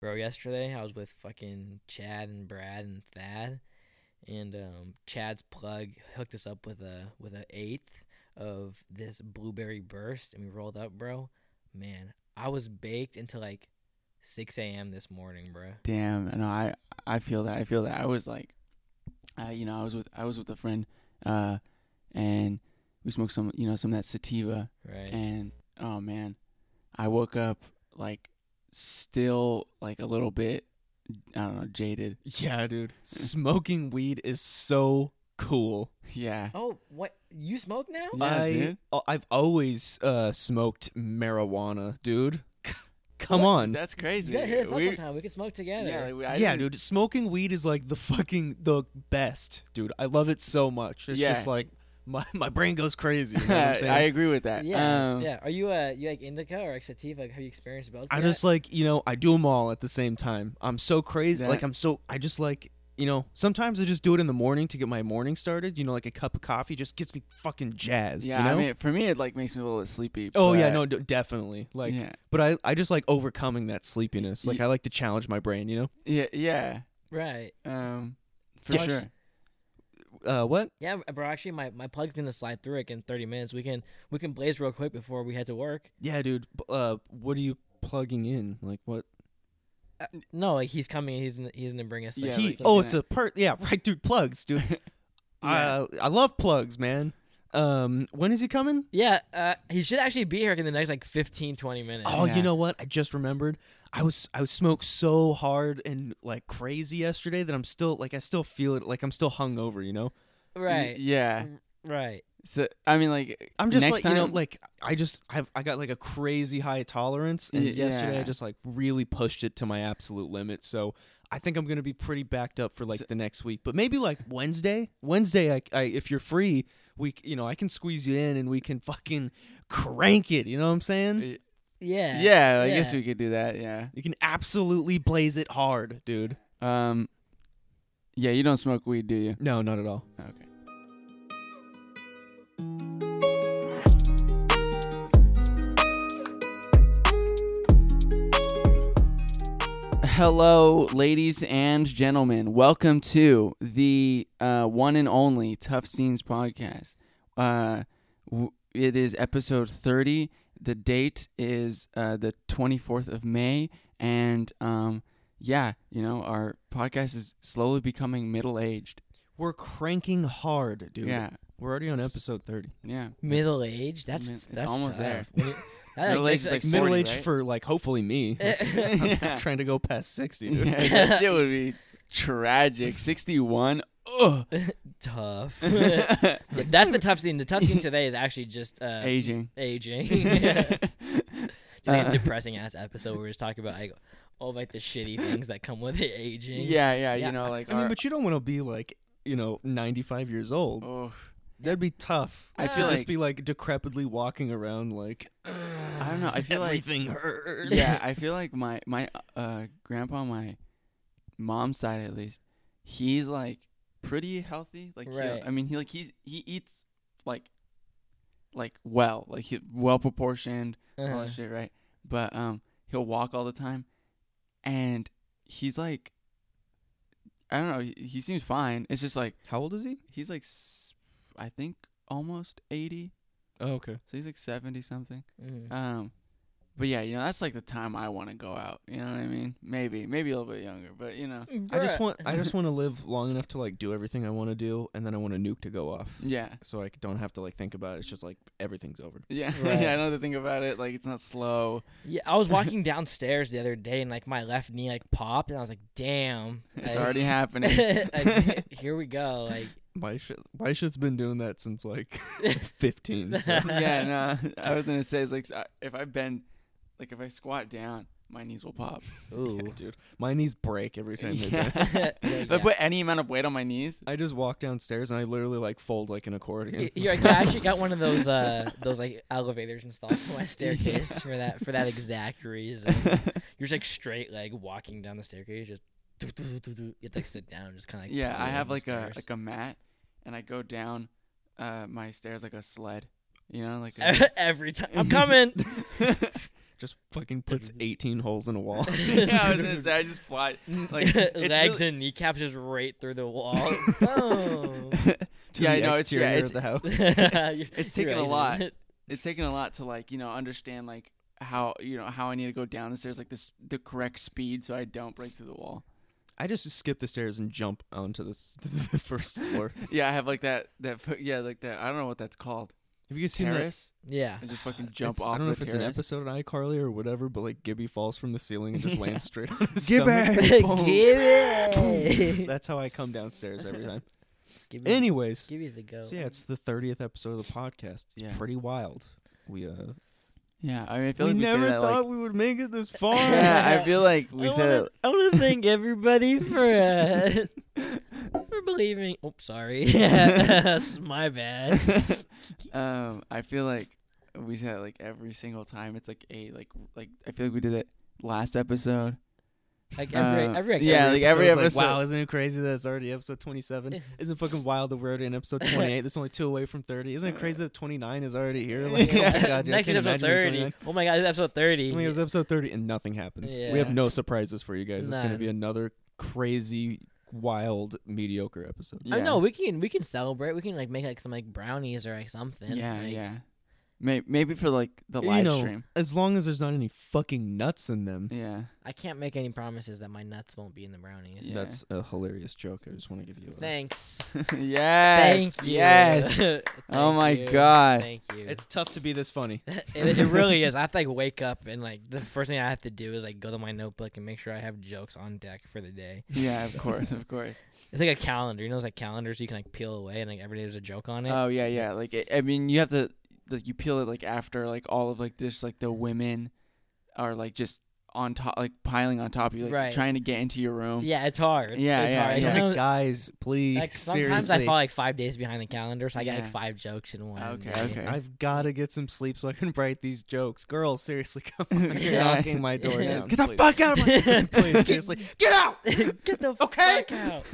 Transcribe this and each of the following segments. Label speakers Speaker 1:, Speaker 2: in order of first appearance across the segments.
Speaker 1: Bro, yesterday I was with fucking Chad and Brad and Thad, and um, Chad's plug hooked us up with a with a eighth of this blueberry burst, and we rolled up, bro. Man, I was baked until like 6 a.m. this morning, bro.
Speaker 2: Damn, no, I I feel that. I feel that. I was like, uh, you know, I was with I was with a friend, uh, and we smoked some, you know, some of that sativa,
Speaker 1: Right?
Speaker 2: and oh man, I woke up like still like a little bit, I don't know, jaded.
Speaker 3: Yeah, dude. Smoking weed is so cool.
Speaker 2: Yeah,
Speaker 1: Oh, what you smoke now?
Speaker 2: Yeah,
Speaker 3: I
Speaker 2: dude.
Speaker 3: uh, I've always uh smoked marijuana, dude. Come
Speaker 2: What?
Speaker 3: on.
Speaker 2: that's crazy.
Speaker 1: You gotta hit us up
Speaker 2: We-
Speaker 1: sometime. We can smoke together.
Speaker 2: yeah, like, we- I
Speaker 3: yeah,
Speaker 2: didn't-
Speaker 3: dude, smoking weed is like the fucking the best, dude. I love it so much. It's
Speaker 2: Yeah.
Speaker 3: just like my, my brain goes crazy. You know what I'm saying?
Speaker 2: I agree with that.
Speaker 1: Yeah,
Speaker 2: um,
Speaker 1: yeah. Are you uh you like indica or like sativa? Have you experienced both?
Speaker 3: I
Speaker 1: yet?
Speaker 3: just like you know I do them all at the same time. I'm so crazy.
Speaker 2: That-
Speaker 3: Like I'm so I just like you know sometimes I just do it in the morning to get my morning started. You know, like a cup of coffee just gets me fucking jazzed.
Speaker 2: yeah.
Speaker 3: you know?
Speaker 2: I mean, for me, it like makes me a little sleepy.
Speaker 3: oh yeah,
Speaker 2: but-
Speaker 3: no, d- definitely. Like,
Speaker 2: yeah,
Speaker 3: but I I just like overcoming that sleepiness. Like
Speaker 2: Ye-
Speaker 3: I like to challenge my brain. You
Speaker 2: yeah, yeah.
Speaker 1: right.
Speaker 2: Um, for
Speaker 3: So I
Speaker 2: sure.
Speaker 3: s- know, uh, what?
Speaker 1: Yeah, bro. Actually, my my plug's gonna slide through it in 30 minutes. We can we can blaze real quick before we head to work.
Speaker 3: Yeah, dude. b- Uh, what are you plugging in? Like what?
Speaker 1: No, like he's coming. and He's gonna, he's gonna bring us. Like,
Speaker 2: Yeah,
Speaker 3: he,
Speaker 2: like-
Speaker 1: some-
Speaker 3: oh,
Speaker 2: yeah.
Speaker 3: it's a part. Yeah, right, dude. Plugs, dude.
Speaker 2: Yeah.
Speaker 3: uh, I love plugs, man. Um, when is he coming?
Speaker 1: yeah. Uh, he should actually be here like, in the next like 15, 20 minutes.
Speaker 3: Oh,
Speaker 2: Yeah.
Speaker 3: you know what? I just remembered. I was I was smoked so hard and like crazy yesterday that I'm still like I still feel it like I'm still hungover. You know,
Speaker 2: Y-
Speaker 1: right,
Speaker 2: Yeah.
Speaker 1: right.
Speaker 2: So I mean, like,
Speaker 3: I'm just
Speaker 2: next
Speaker 3: like you know
Speaker 2: time-
Speaker 3: like I just I've I got like a crazy high tolerance and
Speaker 2: Y-
Speaker 3: yesterday I
Speaker 2: yeah.
Speaker 3: just like really pushed it to my absolute limit. So I think I'm gonna be pretty backed up for like
Speaker 2: So-
Speaker 3: the next week, but maybe like Wednesday. Wednesday, I, I if you're free, we c- you know I can squeeze you in and we can fucking crank it. You know what I'm saying?
Speaker 2: y-
Speaker 1: Yeah.
Speaker 2: uh, yeah, I guess
Speaker 1: yeah.
Speaker 2: we could do that. Yeah.
Speaker 3: You can absolutely blaze it hard, dude.
Speaker 2: Um. Yeah, you don't smoke weed, do you?
Speaker 3: No, not at all.
Speaker 2: Okay. Hello, ladies and gentlemen. Welcome to the uh, one and only Tough Scenes podcast. Uh, w- it is episode 30. The date is uh, the 24th of May. And um, yeah, you know, our podcast is slowly becoming middle aged.
Speaker 3: We're cranking hard, dude.
Speaker 2: Yeah,
Speaker 3: We're already on episode 30.
Speaker 2: yeah.
Speaker 1: Middle age. That's
Speaker 2: Mid- it's
Speaker 1: that's
Speaker 2: almost there.
Speaker 1: tough. When you- that,
Speaker 2: Middle
Speaker 1: makes it,
Speaker 2: age is, like,
Speaker 1: more-
Speaker 3: Middle
Speaker 2: 40,
Speaker 3: age
Speaker 2: right?
Speaker 3: for like hopefully me.
Speaker 1: Eh,
Speaker 3: I'm
Speaker 2: Yeah.
Speaker 3: not trying to go past 60, dude.
Speaker 2: Yeah, that shit would be tragic. 61. Ugh.
Speaker 1: tough. Yeah, that's the tough scene. The tough scene today is actually just uh,
Speaker 2: Aging.
Speaker 1: aging. Just like
Speaker 2: Uh,
Speaker 1: a depressing ass episode where we just talking about like all like the shitty things that come with it, aging.
Speaker 2: yeah, yeah,
Speaker 1: Yeah,
Speaker 2: you know,
Speaker 1: I-
Speaker 2: like.
Speaker 3: I mean,
Speaker 2: our-
Speaker 3: but you don't want to be like, you know, 95 years old.
Speaker 2: oh,
Speaker 3: That'd be tough.
Speaker 2: I
Speaker 3: to
Speaker 2: feel
Speaker 3: just
Speaker 2: like-
Speaker 3: be like decrepitly walking around like
Speaker 2: I don't know. I feel like.
Speaker 3: everything hurts.
Speaker 2: Yeah, I feel like my my uh grandpa, on my mom's side at least, he's like pretty healthy. Like, he-
Speaker 1: Right.
Speaker 2: I mean, he like he's he eats like like well, like he, well proportioned, all
Speaker 1: Uh-huh.
Speaker 2: that Oh, shit, right? But um, he'll walk all the time, and he's like, I don't know. He, he seems fine. It's just like
Speaker 3: How old is he?
Speaker 2: he's like, s- I think almost eighty,
Speaker 3: Oh, okay.
Speaker 2: so he's like seventy something.
Speaker 1: Mhm.
Speaker 2: Um, but yeah, you know, that's like the time I want to go out. You know what I mean? Maybe, maybe a little bit younger, but you know,
Speaker 3: I just
Speaker 1: Bruh.
Speaker 3: want I just want to live long enough to like do everything I want to do and then I want a nuke to go off.
Speaker 2: yeah.
Speaker 3: So I don't have to like think about it. It's just like everything's over.
Speaker 2: Yeah,
Speaker 1: Right.
Speaker 2: yeah. I don't have to think about it. Like it's not slow.
Speaker 1: Yeah, I was walking downstairs the other day and like my left knee like popped and I was like, damn.
Speaker 2: It's
Speaker 1: I-
Speaker 2: already happening.
Speaker 1: I- here we go. Like
Speaker 3: My shit, my shit's been doing that since like 15. So.
Speaker 2: yeah, no. I was gonna say it's like I- if I bend, like if I squat down, my knees will pop.
Speaker 3: Yeah,
Speaker 1: ooh.
Speaker 3: dude, my knees break every time. they
Speaker 2: Yeah.
Speaker 3: bend.
Speaker 2: if I
Speaker 1: Yeah.
Speaker 2: put any amount of weight on my knees,
Speaker 3: I just walk downstairs and I literally like fold like an accordion.
Speaker 1: Y- You're like, I actually got one of those uh those like elevators installed for my staircase for that for that exact reason. You're just like straight leg walking down the staircase, just do, do, do, do, do. you have to like sit down, and just kind of like
Speaker 2: yeah,
Speaker 1: play
Speaker 2: I
Speaker 1: on
Speaker 2: have
Speaker 1: the
Speaker 2: like a
Speaker 1: stairs.
Speaker 2: like a mat, and I go down uh, my stairs like a sled. You know, like a-
Speaker 1: every time I'm coming.
Speaker 3: just fucking puts 18 holes in a wall.
Speaker 2: yeah, I was gonna say I just fly. Like it's
Speaker 1: Legs
Speaker 2: really-
Speaker 1: and kneecaps just right through the wall. Boom.
Speaker 3: to
Speaker 2: Yeah, I
Speaker 3: the
Speaker 2: know, it's- yeah,
Speaker 3: exterior
Speaker 2: it's-
Speaker 3: of the house.
Speaker 1: it's
Speaker 2: taken a lot. it's taken a lot to like you know understand like how you know how I need to go down the stairs like this the correct speed so I don't break through the wall.
Speaker 3: I just skip the stairs and jump onto this to the first floor.
Speaker 2: Yeah, I have like that that fo- yeah like that I don't know what that's called
Speaker 3: Have you guys seen that?
Speaker 2: terrace.
Speaker 1: Yeah.
Speaker 2: I just fucking jump
Speaker 3: It's-
Speaker 2: off
Speaker 3: I don't know
Speaker 2: the
Speaker 3: if it's an
Speaker 2: terrace.
Speaker 3: episode on iCarly or whatever, but like Gibby falls from the ceiling and just
Speaker 1: Yeah.
Speaker 3: lands straight on his
Speaker 2: Gibby!
Speaker 3: stomach.
Speaker 1: Give
Speaker 2: Boom.
Speaker 1: it.
Speaker 3: That's how I come downstairs every time.
Speaker 1: Give me-
Speaker 3: Anyways,
Speaker 1: give me the go.
Speaker 3: so yeah, it's the thirtieth episode of the podcast. It's
Speaker 2: Yeah.
Speaker 3: pretty wild. We uh,
Speaker 2: Yeah, I mean, I feel
Speaker 3: we
Speaker 2: like we
Speaker 3: never
Speaker 2: said that,
Speaker 3: thought
Speaker 2: Like,
Speaker 3: we would make it this far.
Speaker 2: yeah, I feel like we
Speaker 1: I
Speaker 2: said
Speaker 1: wanna,
Speaker 2: it.
Speaker 1: I want to thank everybody for uh, for believing. Oh, sorry, That's my bad.
Speaker 2: um, I feel like we said it like every single time. It's like a like like I feel like we did it last episode.
Speaker 1: Like every
Speaker 2: Uh,
Speaker 1: every
Speaker 2: yeah,
Speaker 1: episode-
Speaker 2: like every
Speaker 3: Episode's like,
Speaker 2: episode-
Speaker 3: wow, isn't it crazy that it's already episode 27? Isn't it fucking wild that we're already in episode 28? That's only two away from 30. Isn't it crazy that 29 is already here? Like, oh my god, dude,
Speaker 1: next
Speaker 3: I
Speaker 1: is episode
Speaker 3: can't imagine we're 29.
Speaker 1: thirty. Oh my god, it's episode
Speaker 3: I mean,
Speaker 1: thirty.
Speaker 3: it's episode 30 and nothing happens. We have
Speaker 1: Yeah.
Speaker 3: no surprises for you guys. It's going to
Speaker 1: None.
Speaker 3: be another crazy, wild, mediocre episode.
Speaker 1: I know we can we can celebrate. We can like make like some like brownies or like something.
Speaker 2: Yeah,
Speaker 1: like,
Speaker 2: yeah. Maybe, maybe for like the
Speaker 3: You
Speaker 2: live
Speaker 3: know-
Speaker 2: stream.
Speaker 3: As long as there's not any fucking nuts in them.
Speaker 2: Yeah.
Speaker 1: I can't make any promises that my nuts won't be in the brownies.
Speaker 2: Yeah.
Speaker 3: That's a hilarious joke. I just want to give you a.
Speaker 1: Thanks.
Speaker 2: yes.
Speaker 1: Thank you.
Speaker 2: Yes.
Speaker 1: Thank
Speaker 2: Oh my
Speaker 1: you.
Speaker 2: God.
Speaker 1: Thank you.
Speaker 3: It's tough to be this funny.
Speaker 1: it, it really is. I have to like wake up and like the first thing I have to do is like go to my notebook and make sure I have jokes on deck for the day.
Speaker 2: Yeah, of
Speaker 1: So-
Speaker 2: course, of course.
Speaker 1: It's like a calendar. You know, it's like calendars you can like peel away and like every day there's a joke on it.
Speaker 3: Um,
Speaker 2: Oh yeah, yeah. Like it, I mean, you have to like you peel it like after like all of like this like the women are like just on top like piling on top of you like
Speaker 1: Right.
Speaker 2: trying to get into your room.
Speaker 1: yeah, it's hard.
Speaker 2: Yeah,
Speaker 1: it's
Speaker 2: yeah,
Speaker 1: hard.
Speaker 2: yeah.
Speaker 1: Sometimes-
Speaker 3: Like, guys, please.
Speaker 1: like, sometimes I
Speaker 3: seriously.
Speaker 1: fall like five days behind the calendar, so I get
Speaker 2: Yeah.
Speaker 1: like five jokes in one.
Speaker 2: Okay,
Speaker 1: day.
Speaker 2: okay.
Speaker 3: I've got to get some sleep so I can write these jokes. Girls, seriously, come on. You're
Speaker 2: Yeah.
Speaker 3: knocking my door
Speaker 1: Yeah.
Speaker 3: down.
Speaker 2: Get the
Speaker 3: please.
Speaker 2: fuck out of my
Speaker 3: Please, seriously.
Speaker 2: Get out.
Speaker 1: Get the
Speaker 2: Okay.
Speaker 1: fuck out.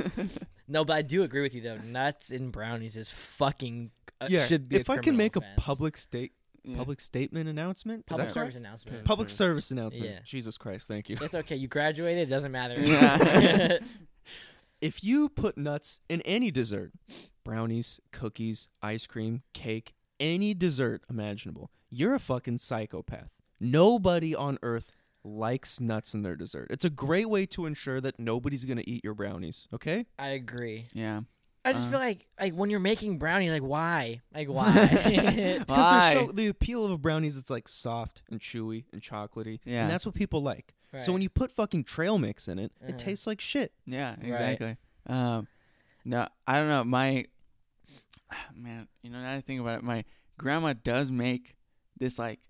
Speaker 1: No, but I do agree with you though. Nuts and brownies is fucking uh,
Speaker 3: Yeah,
Speaker 1: should be. a
Speaker 3: if I can
Speaker 1: criminal
Speaker 3: make
Speaker 1: offense.
Speaker 3: a public state
Speaker 2: Yeah.
Speaker 3: public statement announcement, is
Speaker 1: public
Speaker 3: that
Speaker 1: service
Speaker 3: correct?
Speaker 1: announcement.
Speaker 3: Public service announcement.
Speaker 1: Yeah.
Speaker 3: Jesus Christ, thank you.
Speaker 1: It's okay. You graduated. It doesn't matter.
Speaker 2: Yeah.
Speaker 3: If you put nuts in any dessert, brownies, cookies, ice cream, cake, any dessert imaginable, you're a fucking psychopath. Nobody on earth likes nuts in their dessert. It's a great way to ensure that nobody's going to eat your brownies, okay?
Speaker 1: I agree.
Speaker 2: Yeah.
Speaker 1: I just
Speaker 2: Uh.
Speaker 1: feel like like when you're making brownies, like why, like why?
Speaker 2: Why?
Speaker 3: Because they're so the appeal of brownies it's like soft and chewy and chocolatey.
Speaker 2: Yeah.
Speaker 3: And that's what people like.
Speaker 1: Right.
Speaker 3: So when you put fucking trail mix in it,
Speaker 1: Uh-huh.
Speaker 3: it tastes like shit.
Speaker 2: Yeah,
Speaker 1: Right.
Speaker 2: exactly. Um, no, I don't know. My man, you know, now that I think about it, my grandma does make this like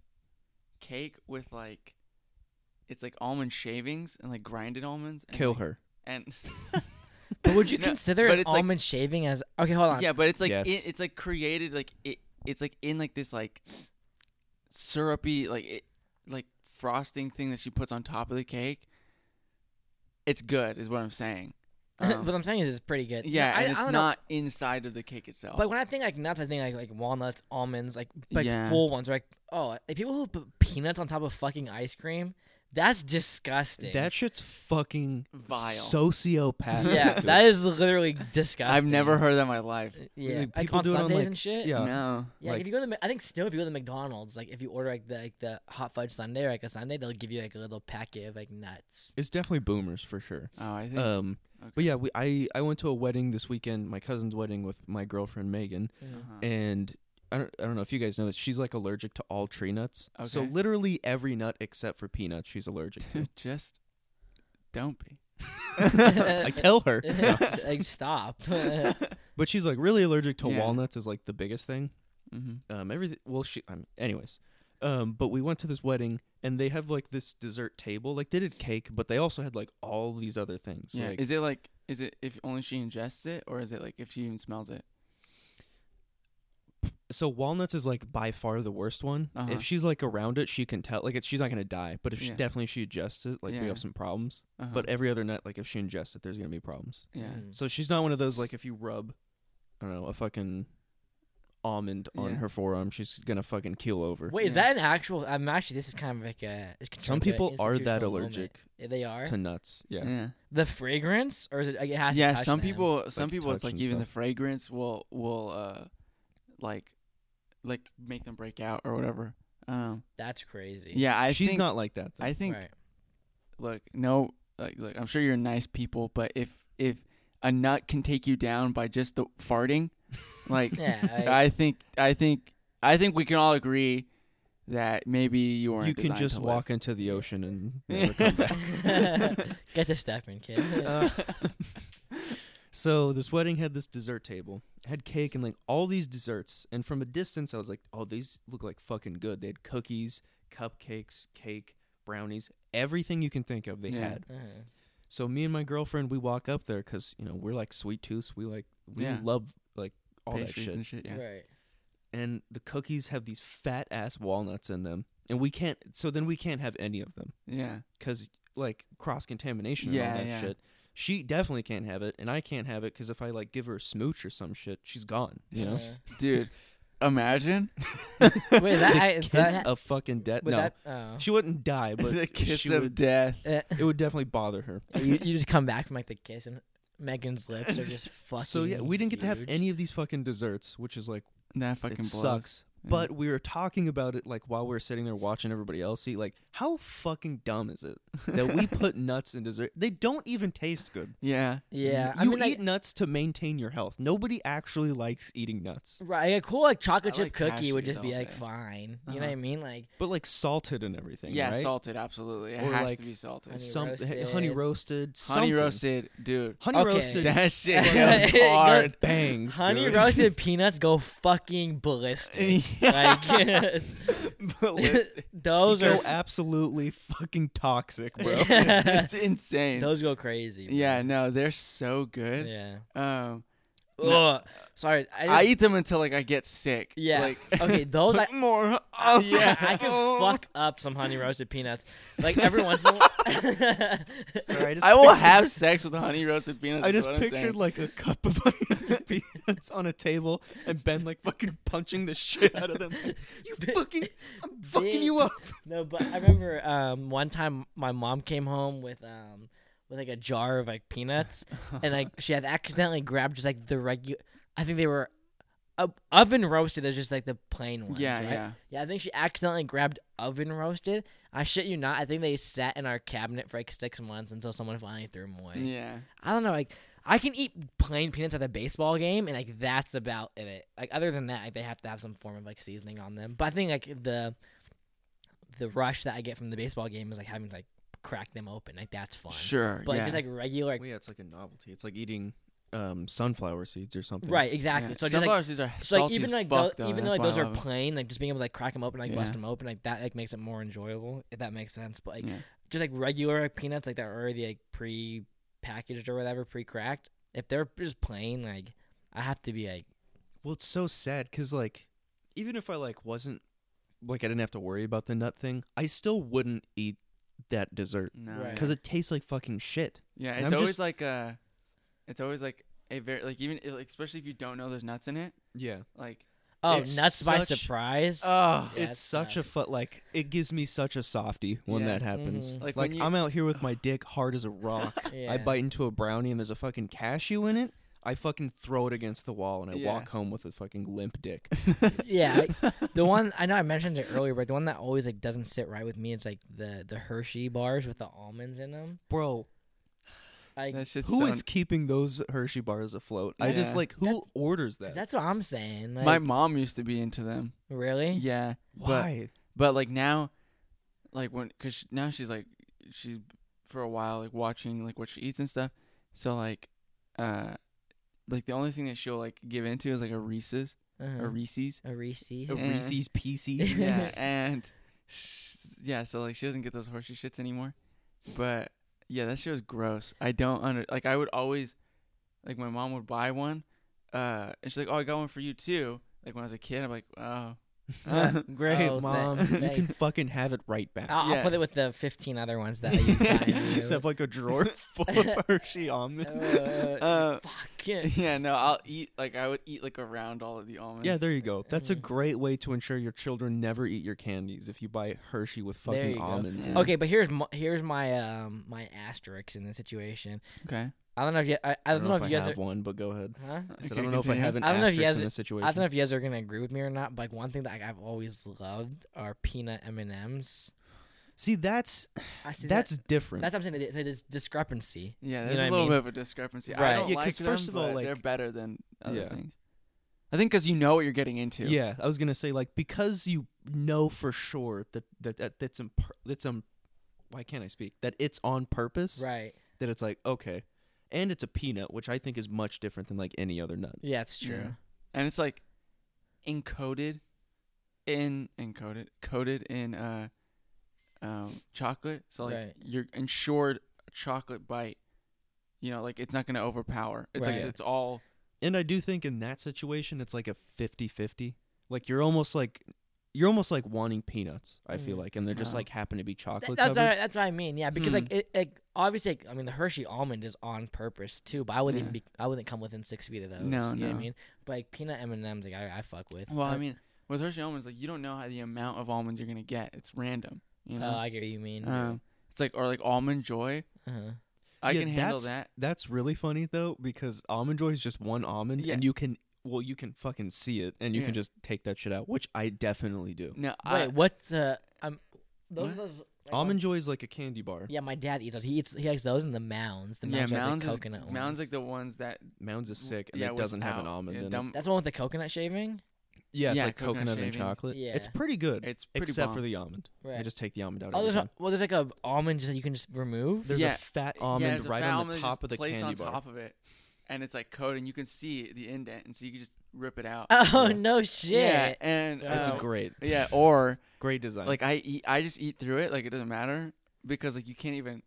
Speaker 2: cake with like it's like almond shavings and like grinded almonds. And,
Speaker 3: Kill
Speaker 2: like-
Speaker 3: her.
Speaker 2: And
Speaker 1: but would you
Speaker 2: No,
Speaker 1: consider
Speaker 2: but
Speaker 1: an
Speaker 2: it's like-
Speaker 1: almond shaving as okay? Hold on.
Speaker 2: yeah, but it's like
Speaker 3: Yes.
Speaker 2: it, it's like created like it. It's like in like this like syrupy like it like frosting thing that she puts on top of the cake. It's good, is what I'm saying. Um,
Speaker 1: what I'm saying is it's pretty good. No,
Speaker 2: Yeah,
Speaker 1: I,
Speaker 2: and
Speaker 1: I
Speaker 2: it's
Speaker 1: don't know.
Speaker 2: not inside of the cake itself.
Speaker 1: But when I think like nuts, I think like like walnuts, almonds, like like
Speaker 2: Yeah.
Speaker 1: full ones. Like oh, like, people who put peanuts on top of fucking ice cream, that's disgusting.
Speaker 3: That shit's fucking
Speaker 2: Vile.
Speaker 3: sociopathic.
Speaker 1: yeah,
Speaker 3: dude.
Speaker 1: that is literally disgusting.
Speaker 2: I've never heard that in my life.
Speaker 1: Yeah,
Speaker 3: like,
Speaker 1: like,
Speaker 3: people
Speaker 1: on
Speaker 3: do it on,
Speaker 1: Sundays
Speaker 3: like-
Speaker 1: and shit.
Speaker 3: yeah.
Speaker 2: No.
Speaker 1: Yeah,
Speaker 3: Like-
Speaker 1: if you go to, Ma- I think still if you go to McDonald's, like if you order like the like the hot fudge sundae or like a sundae, they'll give you like a little packet of like nuts.
Speaker 3: It's definitely boomers for sure.
Speaker 2: Oh, I think.
Speaker 3: Um,
Speaker 2: Okay.
Speaker 3: but yeah, we I I went to a wedding this weekend, my cousin's wedding with my girlfriend Megan,
Speaker 2: uh-huh.
Speaker 3: and I don't I don't know if you guys know this, she's like allergic to all tree nuts. So
Speaker 2: Okay.
Speaker 3: literally every nut except for peanuts, she's allergic to.
Speaker 2: Dude, just don't be. Mm-hmm.
Speaker 3: I tell her,
Speaker 1: like stop.
Speaker 3: but she's like really allergic to
Speaker 2: Yeah.
Speaker 3: walnuts is like the biggest thing.
Speaker 2: hmm
Speaker 3: um everything well she um, anyways um but we went to this wedding and they have like this dessert table like they did cake but they also had like all these other things
Speaker 2: yeah.
Speaker 3: like
Speaker 2: is it like? Is it if only she ingests it, or is it like if she even smells it?
Speaker 3: so walnuts is like by far the worst one
Speaker 2: Uh-huh.
Speaker 3: if she's like around it she can tell like it's, she's not gonna die but if she
Speaker 2: Yeah.
Speaker 3: definitely she ingests it like we
Speaker 2: Yeah.
Speaker 3: have some problems
Speaker 2: Uh-huh.
Speaker 3: but every other nut like if she ingests it there's gonna be problems
Speaker 2: yeah.
Speaker 1: Mm.
Speaker 3: so she's not one of those like if you rub i don't know a fucking almond on
Speaker 2: Yeah.
Speaker 3: her forearm. She's gonna fucking keel over.
Speaker 1: Wait, is
Speaker 2: Yeah.
Speaker 1: that an actual? I'm actually. This is kind of like a. it's turned
Speaker 3: Some
Speaker 1: into an
Speaker 3: people are that
Speaker 1: institutional moment.
Speaker 3: allergic
Speaker 1: They are
Speaker 3: to nuts. Yeah.
Speaker 2: yeah.
Speaker 1: the fragrance, or is it? It has to
Speaker 2: yeah
Speaker 1: touch
Speaker 2: some
Speaker 1: them?
Speaker 2: people some
Speaker 3: like,
Speaker 2: people it's
Speaker 3: touch
Speaker 2: like
Speaker 3: and
Speaker 2: even
Speaker 3: stuff.
Speaker 2: the fragrance will will uh like like make them break out or whatever um
Speaker 1: That's crazy.
Speaker 2: yeah i
Speaker 3: She's
Speaker 2: think,
Speaker 3: not like that. Though.
Speaker 2: i think
Speaker 1: Right.
Speaker 2: look no like look i'm sure you're nice people but if if a nut can take you down by just the farting like
Speaker 1: Yeah. I,
Speaker 2: i think i think i think we can all agree that maybe you weren't
Speaker 3: you can
Speaker 2: designed
Speaker 3: just
Speaker 2: to
Speaker 3: walk
Speaker 2: live.
Speaker 3: into the ocean and never come back.
Speaker 1: Get the stepping, kid.
Speaker 3: Uh, so this wedding had this dessert table, It had cake and like all these desserts. And from a distance, I was like, "Oh, these look like fucking good." They had cookies, cupcakes, cake, brownies, everything you can think of. They
Speaker 2: Yeah.
Speaker 3: had.
Speaker 1: Uh-huh.
Speaker 3: So me and my girlfriend, we walk up there because you know we're like sweet tooths. We like we
Speaker 2: Yeah.
Speaker 3: love like all
Speaker 2: pastries
Speaker 3: that shit.
Speaker 2: and shit yeah
Speaker 1: Right.
Speaker 3: And the cookies have these fat ass walnuts in them, and we can't. So then we can't have any of them
Speaker 2: yeah
Speaker 3: because like cross contamination
Speaker 2: Yeah,
Speaker 3: and all that
Speaker 2: yeah.
Speaker 3: shit. She definitely can't have it, and I can't have it because if I like give her a smooch or some shit, she's gone. You know,
Speaker 1: Uh,
Speaker 2: dude imagine
Speaker 1: Wait, that,
Speaker 3: The
Speaker 1: I, is
Speaker 3: kiss
Speaker 1: that,
Speaker 3: of fucking death.
Speaker 1: would
Speaker 3: No,
Speaker 1: that- oh.
Speaker 3: she wouldn't die, but
Speaker 2: the kiss
Speaker 3: she
Speaker 2: of
Speaker 3: would-
Speaker 2: death
Speaker 1: Uh,
Speaker 3: it would definitely bother her.
Speaker 1: you, you just come back from like the kiss and Megan's lips are just fucking.
Speaker 3: So yeah, we didn't get to have
Speaker 1: huge.
Speaker 3: any of these fucking desserts, which is like
Speaker 2: that fucking
Speaker 3: it
Speaker 2: blows.
Speaker 3: sucks.
Speaker 2: Yeah.
Speaker 3: But we were talking about it like while we were sitting there watching everybody else eat. Like, how fucking dumb is it that we put nuts in dessert? They don't even taste good.
Speaker 2: yeah
Speaker 1: Yeah, I
Speaker 3: you
Speaker 1: mean,
Speaker 3: eat
Speaker 1: like,
Speaker 3: nuts to maintain your health. Nobody actually likes eating nuts,
Speaker 1: right, a cool like chocolate
Speaker 2: I
Speaker 1: chip
Speaker 2: like
Speaker 1: cookie would
Speaker 2: cashews,
Speaker 1: just be
Speaker 2: I'll
Speaker 1: like
Speaker 2: say.
Speaker 1: fine. You know
Speaker 2: Uh-huh.
Speaker 1: what I mean? Like
Speaker 3: but like salted and everything.
Speaker 2: yeah
Speaker 3: right?
Speaker 2: salted absolutely it
Speaker 3: Or
Speaker 2: has
Speaker 3: like
Speaker 2: to be salted
Speaker 1: honey
Speaker 3: Some
Speaker 1: roasted.
Speaker 3: honey roasted,
Speaker 2: honey
Speaker 3: something.
Speaker 2: roasted dude
Speaker 3: honey
Speaker 1: Okay.
Speaker 3: roasted.
Speaker 2: that shit
Speaker 1: It
Speaker 2: goes
Speaker 1: goes-
Speaker 2: hard
Speaker 3: bangs,
Speaker 1: honey
Speaker 3: dude.
Speaker 1: roasted peanuts go fucking ballistic. like
Speaker 2: Ballistic.
Speaker 1: those
Speaker 3: go
Speaker 1: are
Speaker 3: absolutely fucking toxic, bro.
Speaker 2: it's insane
Speaker 1: those go crazy.
Speaker 2: yeah
Speaker 1: man.
Speaker 2: no they're so good
Speaker 1: Yeah.
Speaker 2: um No.
Speaker 1: Ugh. Sorry, I just
Speaker 2: I eat them until like I get sick.
Speaker 1: Yeah.
Speaker 2: Like,
Speaker 1: Okay, those I-
Speaker 2: more. Oh
Speaker 1: yeah,
Speaker 2: yeah.
Speaker 1: I can
Speaker 2: Oh.
Speaker 1: fuck up some honey roasted peanuts. Like every once in a while.
Speaker 3: Sorry, I, just
Speaker 2: I will
Speaker 3: pictured-
Speaker 2: have sex with honey roasted peanuts.
Speaker 3: I
Speaker 2: is
Speaker 3: just
Speaker 2: what I'm
Speaker 3: pictured
Speaker 2: saying.
Speaker 3: like a cup of honey-roasted peanuts on a table and Ben like fucking punching the shit out of them. like, You fucking, I'm fucking you up.
Speaker 1: no, but I remember um, one time my mom came home with um with like a jar of like peanuts, and like she had accidentally grabbed just like the regular. I think they were o- oven roasted. There's just like the plain ones.
Speaker 2: Yeah,
Speaker 1: right?
Speaker 2: yeah.
Speaker 1: Yeah, I think she accidentally grabbed oven roasted. I shit you not. I think they sat in our cabinet for like six months until someone finally threw them away.
Speaker 2: Yeah.
Speaker 1: I don't know, like I can eat plain peanuts at a baseball game, and like that's about it. Like other than that, like, they have to have some form of like seasoning on them. But I think like the the rush that I get from the baseball game is like having to like crack them open. Like that's fun.
Speaker 2: Sure.
Speaker 1: But like,
Speaker 2: yeah.
Speaker 1: just like regular, like,
Speaker 3: Oh, yeah, it's like a novelty. It's like eating um, sunflower seeds or something.
Speaker 1: right? Exactly.
Speaker 2: Yeah.
Speaker 1: So just
Speaker 2: sunflower
Speaker 1: like.
Speaker 2: seeds are
Speaker 1: So like
Speaker 2: salty
Speaker 1: even
Speaker 2: as
Speaker 1: like
Speaker 2: fuck,
Speaker 1: tho-
Speaker 2: though.
Speaker 1: even though
Speaker 2: That's
Speaker 1: like
Speaker 2: why I
Speaker 1: those are
Speaker 2: love 'em.
Speaker 1: plain, like just being able to like crack them open, like bust
Speaker 2: Yeah.
Speaker 1: them open, like that like makes it more enjoyable if that makes sense. But like
Speaker 2: Yeah.
Speaker 1: just like regular like, peanuts, like they're already like pre-packaged or whatever, pre-cracked. If they're just plain, like I have to be like
Speaker 3: Well, it's so sad because like, even if I like wasn't like I didn't have to worry about the nut thing, I still wouldn't eat that dessert
Speaker 2: No.
Speaker 1: Right.
Speaker 3: because it tastes like fucking shit.
Speaker 2: Yeah,
Speaker 3: And
Speaker 2: it's
Speaker 3: I'm
Speaker 2: always
Speaker 3: just-
Speaker 2: like a, it's always like a very like even like, especially if you don't know there's nuts in it,
Speaker 3: Yeah.
Speaker 2: like
Speaker 1: Oh,
Speaker 3: It's
Speaker 1: nuts by
Speaker 3: such-
Speaker 1: surprise.
Speaker 2: oh,
Speaker 1: Yeah,
Speaker 3: it's
Speaker 1: it's
Speaker 3: such a
Speaker 1: not-
Speaker 3: fun like it gives me such a softy when
Speaker 2: Yeah.
Speaker 3: that happens.
Speaker 1: Mhm.
Speaker 2: Like
Speaker 3: Like,
Speaker 2: when you-
Speaker 3: I'm out here with my dick hard as a rock.
Speaker 1: yeah.
Speaker 3: I bite into a brownie and there's a fucking cashew in it. I fucking throw it against the wall and I
Speaker 2: Yeah.
Speaker 3: walk home with a fucking limp dick.
Speaker 1: Yeah, like, the one I know I mentioned it earlier, but the one that always like doesn't sit right with me is like the the Hershey bars with the almonds in them.
Speaker 3: Bro,
Speaker 1: Like
Speaker 2: that shit's
Speaker 3: who
Speaker 2: so
Speaker 3: is keeping those Hershey bars afloat? I just
Speaker 2: Yeah.
Speaker 3: like who orders that?
Speaker 1: that's what I'm saying. Like,
Speaker 2: my mom used to be into them.
Speaker 1: really?
Speaker 2: Yeah,
Speaker 3: Why?
Speaker 2: but like now, like when because she, now she's like she's for a while like watching like what she eats and stuff. So like, uh, like the only thing that she'll like give into is like a Reese's
Speaker 1: Uh-huh.
Speaker 2: or Reese's.
Speaker 1: A Reese's.
Speaker 3: A
Speaker 2: Yeah.
Speaker 3: Reese's PC.
Speaker 2: yeah, and sh- yeah, so like she doesn't get those horseshoe shits anymore. But yeah, that shit was gross. I don't under like I would always like my mom would buy one, uh, and she's like, "Oh, I got one for you too." Like when I was a kid, I'm like, "Oh, Uh,
Speaker 3: Ah, Great,
Speaker 1: Oh, tha-
Speaker 3: mom. you
Speaker 1: thank-
Speaker 3: can fucking have it right back.
Speaker 1: I'll,
Speaker 2: Yeah.
Speaker 1: I'll put it with the 15 other ones that you got.
Speaker 3: you just have like a drawer full of Hershey almonds.
Speaker 1: uh,
Speaker 2: Uh,
Speaker 1: fuck it.
Speaker 2: yeah, no, I'll eat like I would eat like around all of the almonds.
Speaker 3: Yeah, there you go. That's a
Speaker 1: Mm.
Speaker 3: great way to ensure your children never eat your candies if you buy Hershey with
Speaker 1: There you
Speaker 3: fucking
Speaker 1: go.
Speaker 3: almonds. in
Speaker 2: Yeah.
Speaker 3: it.
Speaker 1: Okay, but here's my, here's my um my asterisk in this situation.
Speaker 2: Okay.
Speaker 1: I don't know if you I, I
Speaker 3: I
Speaker 1: don't, know,
Speaker 3: if,
Speaker 1: if
Speaker 3: I
Speaker 1: you guys
Speaker 3: have
Speaker 1: are
Speaker 3: one, but go ahead.
Speaker 1: huh?
Speaker 3: I said,
Speaker 2: Okay,
Speaker 3: I don't know if I
Speaker 2: continue.
Speaker 3: have an
Speaker 1: I don't know if you
Speaker 3: asterisk
Speaker 1: guys-
Speaker 3: in this situation.
Speaker 1: I don't know if you guys are gonna agree with me or not. But like one thing that like, I've always loved are peanut M and M's.
Speaker 3: See, that's that's different.
Speaker 1: that's what I'm saying. It's a dis- discrepancy.
Speaker 2: Yeah,
Speaker 1: You know
Speaker 2: there's a
Speaker 1: what I
Speaker 2: little
Speaker 1: mean?
Speaker 2: bit of a discrepancy. I
Speaker 1: Right.
Speaker 2: don't
Speaker 3: Yeah,
Speaker 2: like
Speaker 3: 'cause
Speaker 2: them,
Speaker 3: first of all,
Speaker 2: but they're
Speaker 3: like-
Speaker 2: better than other
Speaker 3: Yeah.
Speaker 2: things. I think because you know what you're getting into.
Speaker 3: yeah, I was gonna say like because you know for sure that that, that that's imp- that's um, why can't I speak? That it's on purpose.
Speaker 1: Right.
Speaker 3: That it's like okay, and it's a peanut, which I think is much different than like any other nut.
Speaker 1: Yeah, it's true.
Speaker 2: Yeah. and it's like encoded in encoded coated in uh um chocolate so like
Speaker 1: Right.
Speaker 2: you're insured a chocolate bite you know like it's not going to overpower it's like
Speaker 1: Right.
Speaker 2: it's all
Speaker 3: And I do think in that situation it's like a 50-50. Like you're almost like you're almost like wanting peanuts. I feel
Speaker 1: Mhm.
Speaker 3: like, and they're just
Speaker 2: Wow.
Speaker 3: like happen to be
Speaker 1: Th-
Speaker 3: chocolate
Speaker 1: that's
Speaker 3: covered.
Speaker 1: what, I- that's what I mean. Yeah, because like
Speaker 2: Hmm.
Speaker 1: it, it obviously like, I mean the Hershey almond is on purpose too, but I wouldn't
Speaker 2: Yeah.
Speaker 1: be I wouldn't come within six feet of those.
Speaker 2: No,
Speaker 1: you know what
Speaker 2: no.
Speaker 1: I mean. But like peanut M and M's, like I, I fuck with.
Speaker 2: well i
Speaker 1: Uh,
Speaker 2: mean with hershey almonds like you don't know how the amount of almonds you're going to get it's random you know
Speaker 1: oh, I get what you mean.
Speaker 2: um, it's like or like almond joy
Speaker 1: uh-huh.
Speaker 2: i
Speaker 3: Yeah,
Speaker 2: can handle
Speaker 3: that's-
Speaker 2: that
Speaker 3: That's really funny though because almond joy is just one almond,
Speaker 2: Yeah.
Speaker 3: and you can well you can fucking see it, and you
Speaker 2: Yeah.
Speaker 3: can just take that shit out, which I definitely do.
Speaker 2: no
Speaker 1: Wait,
Speaker 2: I,
Speaker 1: what's uh? Um, those
Speaker 2: What?
Speaker 1: those like, my-
Speaker 3: Almond Joy is like a candy bar.
Speaker 1: Yeah, my dad eats those. He eats he likes those and the mounds. The
Speaker 2: yeah
Speaker 1: mounds, are
Speaker 2: mounds
Speaker 1: the
Speaker 2: is,
Speaker 1: coconut ones.
Speaker 2: mounds like the ones that
Speaker 3: Mounds is sick, and
Speaker 2: yeah,
Speaker 3: it doesn't have an
Speaker 2: without-
Speaker 3: almond
Speaker 2: yeah,
Speaker 3: in
Speaker 2: dumb-
Speaker 3: it.
Speaker 1: that's the one with the coconut shaving,
Speaker 3: Yeah, it's
Speaker 2: Yeah,
Speaker 3: like
Speaker 2: coconut
Speaker 3: coconut, and
Speaker 2: shavings.
Speaker 3: chocolate. It's
Speaker 1: Yeah.
Speaker 3: pretty good,
Speaker 2: it's pretty
Speaker 3: except for
Speaker 2: bomb.
Speaker 3: the almond. I
Speaker 1: right?
Speaker 3: just take the almond out.
Speaker 1: oh,
Speaker 3: every
Speaker 1: there's a,
Speaker 3: time.
Speaker 1: well, there's like a almond just that you can just remove.
Speaker 3: There's
Speaker 2: Yeah.
Speaker 3: a fat
Speaker 2: Yeah,
Speaker 3: almond
Speaker 2: there's a
Speaker 3: right
Speaker 2: fat
Speaker 3: on
Speaker 2: almond
Speaker 3: the
Speaker 2: that's
Speaker 3: top
Speaker 2: just
Speaker 3: of the
Speaker 2: placed
Speaker 3: candy
Speaker 2: on
Speaker 3: bar.
Speaker 2: top of it, and it's like coated, and you can see the indent, and so you can just rip it out.
Speaker 1: Oh
Speaker 3: Yeah.
Speaker 1: no shit!
Speaker 2: Yeah, and
Speaker 1: That's
Speaker 3: It's
Speaker 1: a
Speaker 2: uh,
Speaker 3: great,
Speaker 2: yeah, or
Speaker 3: great design.
Speaker 2: like I eat, I just eat through it, like it doesn't matter because like you can't even,